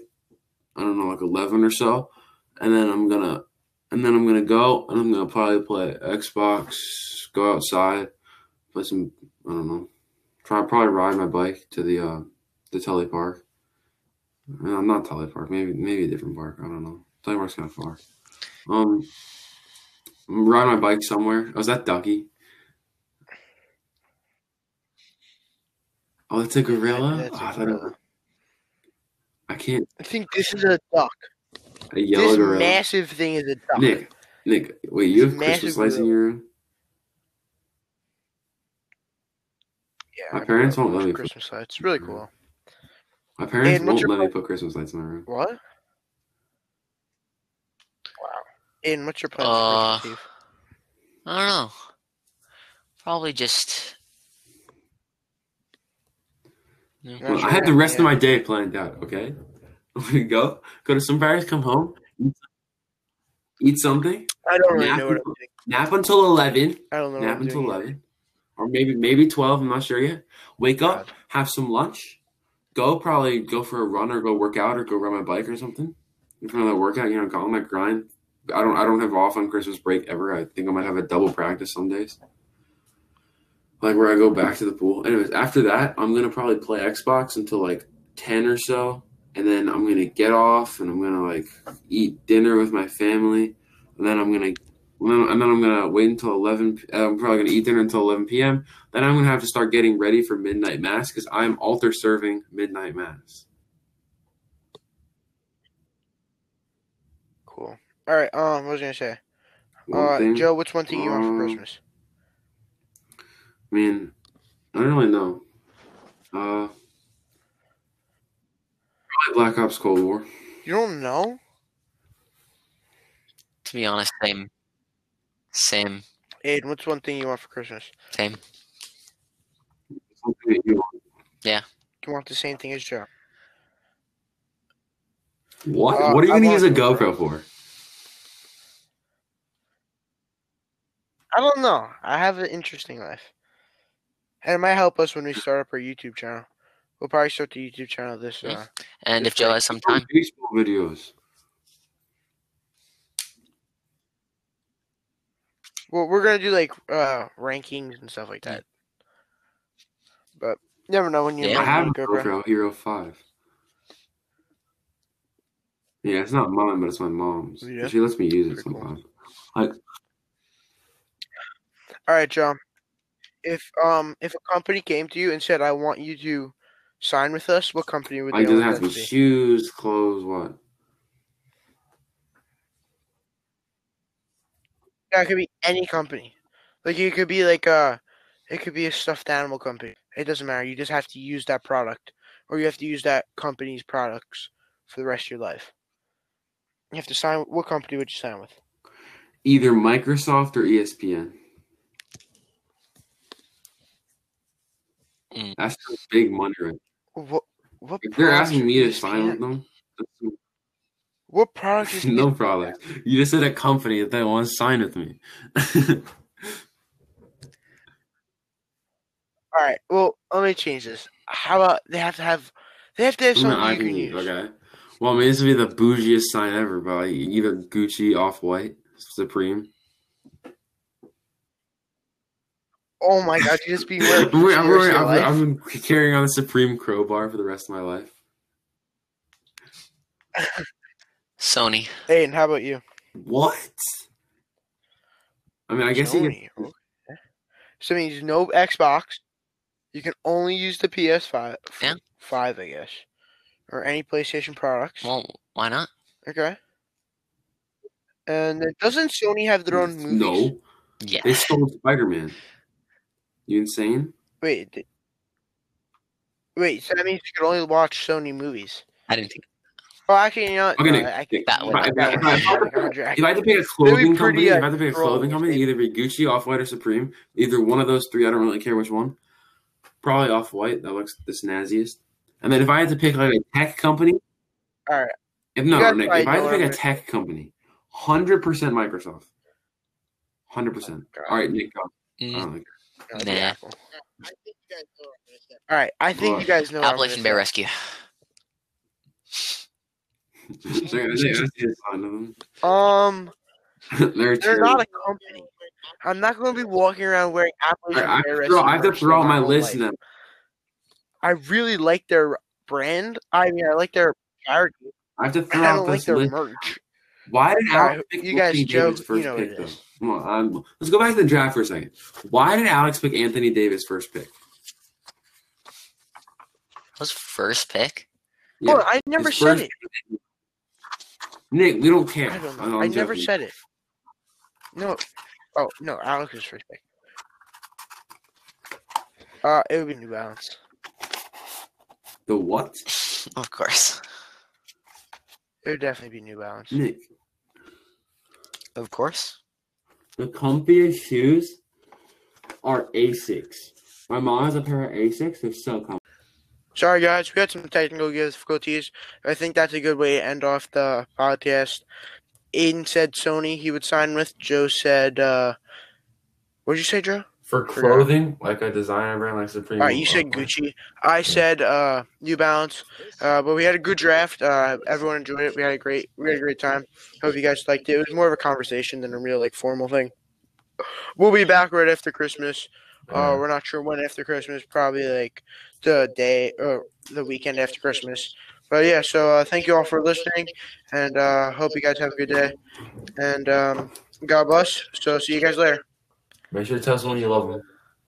Speaker 3: I don't know, like eleven or so, and then I'm gonna and then I'm gonna go and I'm gonna probably play Xbox, go outside, play some I don't know, try probably ride my bike to the uh, the Tully Park. No, not Tully Park. Maybe maybe a different park. I don't know. Tully Park's kind of far. Um, I'm riding my bike somewhere. I was at Ducky. Oh, it's a gorilla.
Speaker 1: That's a
Speaker 3: Oh, I thought it-
Speaker 1: gorilla.
Speaker 3: I can't.
Speaker 1: I think this is a duck.
Speaker 3: A yellow
Speaker 1: this
Speaker 3: gorilla.
Speaker 1: massive thing is a duck.
Speaker 3: Nick, Nick, wait. You
Speaker 1: It's
Speaker 3: have
Speaker 1: massive
Speaker 3: Christmas lights in
Speaker 1: gorilla.
Speaker 3: your room?
Speaker 1: Yeah,
Speaker 3: My parents won't let me put-
Speaker 1: Christmas lights. It's really cool.
Speaker 3: My parents
Speaker 1: And what's
Speaker 3: won't
Speaker 1: your
Speaker 3: let me put Christmas lights in my room.
Speaker 1: What? Wow. Aiden, what's your plan
Speaker 2: Uh,
Speaker 1: for Christmas Eve?
Speaker 2: I don't know. Probably just. Yeah.
Speaker 1: Not
Speaker 3: Well,
Speaker 1: sure
Speaker 3: I had the
Speaker 1: yet,
Speaker 3: rest
Speaker 1: yeah.
Speaker 3: of my day planned out. Okay, we go go to some bars, come home, eat- eat something,
Speaker 1: I don't really
Speaker 3: nap
Speaker 1: know what I'm
Speaker 3: until-
Speaker 1: doing.
Speaker 3: nap until eleven,
Speaker 1: I don't know what
Speaker 3: nap
Speaker 1: I'm
Speaker 3: until
Speaker 1: doing. yet.
Speaker 3: eleven, or maybe maybe twelve. I'm not sure yet. Wake up,
Speaker 1: God.
Speaker 3: have some lunch, go probably go for a run or go work out or go ride my bike or something. If another workout, you know, go on that grind. I don't I don't have off on Christmas break ever. I think I might have a double practice some days. Like where I go back to the pool. Anyways, after that, I'm gonna probably play Xbox until like ten or so, and then I'm gonna get off and I'm gonna like eat dinner with my family, and then I'm gonna. And then and then I'm gonna wait until 11. p- uh, I'm probably gonna eat dinner until 11 p.m. Then I'm gonna have to start getting ready for midnight mass because I'm altar serving midnight mass.
Speaker 1: Cool. All right. Um, what was I gonna say?
Speaker 3: One
Speaker 1: Uh,
Speaker 3: thing-
Speaker 1: Joe, what's one thing you want for
Speaker 3: Um,
Speaker 1: Christmas?
Speaker 3: I mean, I don't really know. Uh, probably Black Ops Cold War.
Speaker 1: You don't know?
Speaker 2: To be honest, same. Same.
Speaker 1: Aiden, what's one thing you want for Christmas?
Speaker 2: Same.
Speaker 3: Something that you want.
Speaker 1: You want the same thing as Joe?
Speaker 3: What?
Speaker 1: Uh,
Speaker 3: what are you
Speaker 1: I
Speaker 3: gonna
Speaker 1: want-
Speaker 3: use a GoPro for?
Speaker 1: I don't know. I have an interesting life, and it might help us when we start up our YouTube channel. We'll probably start the YouTube channel this.
Speaker 2: Yeah.
Speaker 1: Uh,
Speaker 2: And if Joe has some time,
Speaker 3: Baseball videos.
Speaker 1: well, we're gonna do like uh rankings and stuff like that. But you never know when you
Speaker 2: Yeah,
Speaker 1: might
Speaker 3: I have a
Speaker 1: need a GoPro.
Speaker 3: GoPro Hero Five. Yeah, it's not mine, but it's my mom's.
Speaker 1: Yeah.
Speaker 3: She lets me use it
Speaker 1: Pretty cool.
Speaker 3: sometimes.
Speaker 1: All right, Joe. If um if a company came to you and said, "I want you to sign with us," what company would
Speaker 3: Like,
Speaker 1: they
Speaker 3: does it
Speaker 1: want
Speaker 3: have
Speaker 1: that
Speaker 3: to be
Speaker 1: to be?
Speaker 3: shoes, clothes, what?
Speaker 1: Yeah, it could be any company. Like it could be like a, it could be a stuffed animal company. It doesn't matter. You just have to use that product, or you have to use that company's products for the rest of your life. You have to sign. What company would you sign with?
Speaker 3: Either Microsoft or E ESPN.
Speaker 2: Mm.
Speaker 3: That's some big money right
Speaker 1: What what
Speaker 3: If they're
Speaker 1: products
Speaker 3: asking
Speaker 1: are
Speaker 3: me to
Speaker 1: used
Speaker 3: sign
Speaker 1: for-
Speaker 3: with them, that's
Speaker 1: What products is
Speaker 3: no product. You just said a company that wants to sign with me.
Speaker 1: All right. Well, let me change this. How about they have to have, they have to have
Speaker 3: Something
Speaker 1: something
Speaker 3: I
Speaker 1: you
Speaker 3: can
Speaker 1: can use.
Speaker 3: use. Okay. Well, I mean, this would be the bougiest sign ever, but like either Gucci, Off White, Supreme.
Speaker 1: Oh my god, you just be wearing
Speaker 3: I'm, wearing-
Speaker 1: Gucci the
Speaker 3: I'm
Speaker 1: rest
Speaker 3: wearing-
Speaker 1: of your
Speaker 3: I've-
Speaker 1: life?
Speaker 3: I've been carrying on a Supreme crowbar for the rest of my life.
Speaker 2: Sony.
Speaker 1: Hey, and how about you?
Speaker 3: What? I mean, I guess you can.
Speaker 1: Sony, okay. So it means no Xbox. You can only use the PS5. f-
Speaker 2: Yeah.
Speaker 1: Five, I guess, or any PlayStation products.
Speaker 2: Well, why not?
Speaker 1: Okay. And then doesn't Sony have their own movies?
Speaker 3: No,
Speaker 2: Yeah.
Speaker 3: they stole Spider Man. You insane?
Speaker 1: Wait. th- Wait. So that means you can only watch Sony movies.
Speaker 2: I didn't think.
Speaker 1: Oh, actually, you know. what?
Speaker 3: Okay,
Speaker 1: no,
Speaker 3: Nick,
Speaker 1: I, I
Speaker 3: Nick,
Speaker 2: That
Speaker 1: you
Speaker 2: one.
Speaker 1: got
Speaker 2: If
Speaker 1: that
Speaker 3: I-
Speaker 1: one.
Speaker 3: if I-
Speaker 1: Sorry, I'm
Speaker 3: If
Speaker 1: dragging.
Speaker 3: you had to pick a
Speaker 1: be
Speaker 3: clothing company,
Speaker 1: pretty,
Speaker 3: if
Speaker 1: uh,
Speaker 3: I had to pick a clothing
Speaker 1: broad.
Speaker 3: company, it'd either be Gucci, Off White, or Supreme. Either one of those three, I don't really care which one. Probably Off White. That looks the snazziest. And then if I had to pick like a tech company,
Speaker 1: All right.
Speaker 3: if no,
Speaker 1: guys
Speaker 3: Nick,
Speaker 1: probably
Speaker 3: if I had
Speaker 1: know
Speaker 3: to
Speaker 1: what
Speaker 3: pick
Speaker 1: I'm
Speaker 3: a tech company, hundred percent Microsoft. Hundred
Speaker 1: Oh,
Speaker 3: percent. All right, Nick. Go. I
Speaker 2: Mm,
Speaker 3: don't like-
Speaker 1: No, it'd be
Speaker 2: Nah.
Speaker 1: Apple. All right. I think you
Speaker 3: Look,
Speaker 1: guys know. what I'm gonna
Speaker 2: Appalachian Bear
Speaker 1: say.
Speaker 2: Rescue.
Speaker 3: Nick, I see a sign of them.
Speaker 1: Um,
Speaker 3: They're,
Speaker 1: they're not
Speaker 3: terrible.
Speaker 1: a company. I'm not going to be walking around wearing Appalachian
Speaker 3: I, I,
Speaker 1: Bear
Speaker 3: throw, I have to
Speaker 1: Rescue
Speaker 3: throw out
Speaker 1: merch
Speaker 3: my
Speaker 1: whole
Speaker 3: list
Speaker 1: life.
Speaker 3: now.
Speaker 1: I really like their brand. I mean, I like their charity.
Speaker 3: I have to throw
Speaker 1: I
Speaker 3: out
Speaker 1: don't like
Speaker 3: this
Speaker 1: their
Speaker 3: list.
Speaker 1: merch.
Speaker 3: Why did
Speaker 1: Sorry,
Speaker 3: Alex pick
Speaker 1: you guys
Speaker 3: Anthony
Speaker 1: joke,
Speaker 3: Davis first
Speaker 1: you know
Speaker 3: pick,
Speaker 1: it
Speaker 3: though?
Speaker 1: is.
Speaker 3: Come on, I'm- let's go back to the draft for a second. Why did Alex pick Anthony Davis first pick?
Speaker 2: That was first pick.
Speaker 3: Yeah.
Speaker 1: Hold on, I never
Speaker 3: His
Speaker 1: said
Speaker 3: first-
Speaker 1: it.
Speaker 3: Nick, we don't care.
Speaker 1: I don't
Speaker 3: I'm
Speaker 1: know. I never
Speaker 3: joking.
Speaker 1: said it. No. Oh no, Alex was first pick. Uh, it would be New Balance.
Speaker 3: the what?
Speaker 2: Of course.
Speaker 1: It would definitely be New Balance.
Speaker 3: Nick,
Speaker 2: Of course.
Speaker 3: the comfiest shoes are A6. My mom has a pair of A6. They're so comfy.
Speaker 1: Sorry, guys, we had some technical difficulties. I think that's a good way to end off the podcast. Aiden said Sony he would sign with. Joe said, uh, what did you say, Joe?
Speaker 4: For
Speaker 1: Forgot.
Speaker 4: clothing, like a designer brand like Supreme.
Speaker 1: All right, you said
Speaker 4: Outlet.
Speaker 1: Gucci. I said uh, New Balance. Uh, but we had a good draft. Uh, everyone enjoyed it. We had a great, we had a great time. Hope you guys liked it. It was more of a conversation than a real like formal thing. We'll be back right after Christmas. Uh, we're not sure when after Christmas. Probably like the day or the weekend after Christmas. But yeah, so uh, thank you all for listening, and uh, hope you guys have a good day. And um, God bless. So see you guys later.
Speaker 4: Make sure to tell someone you love them.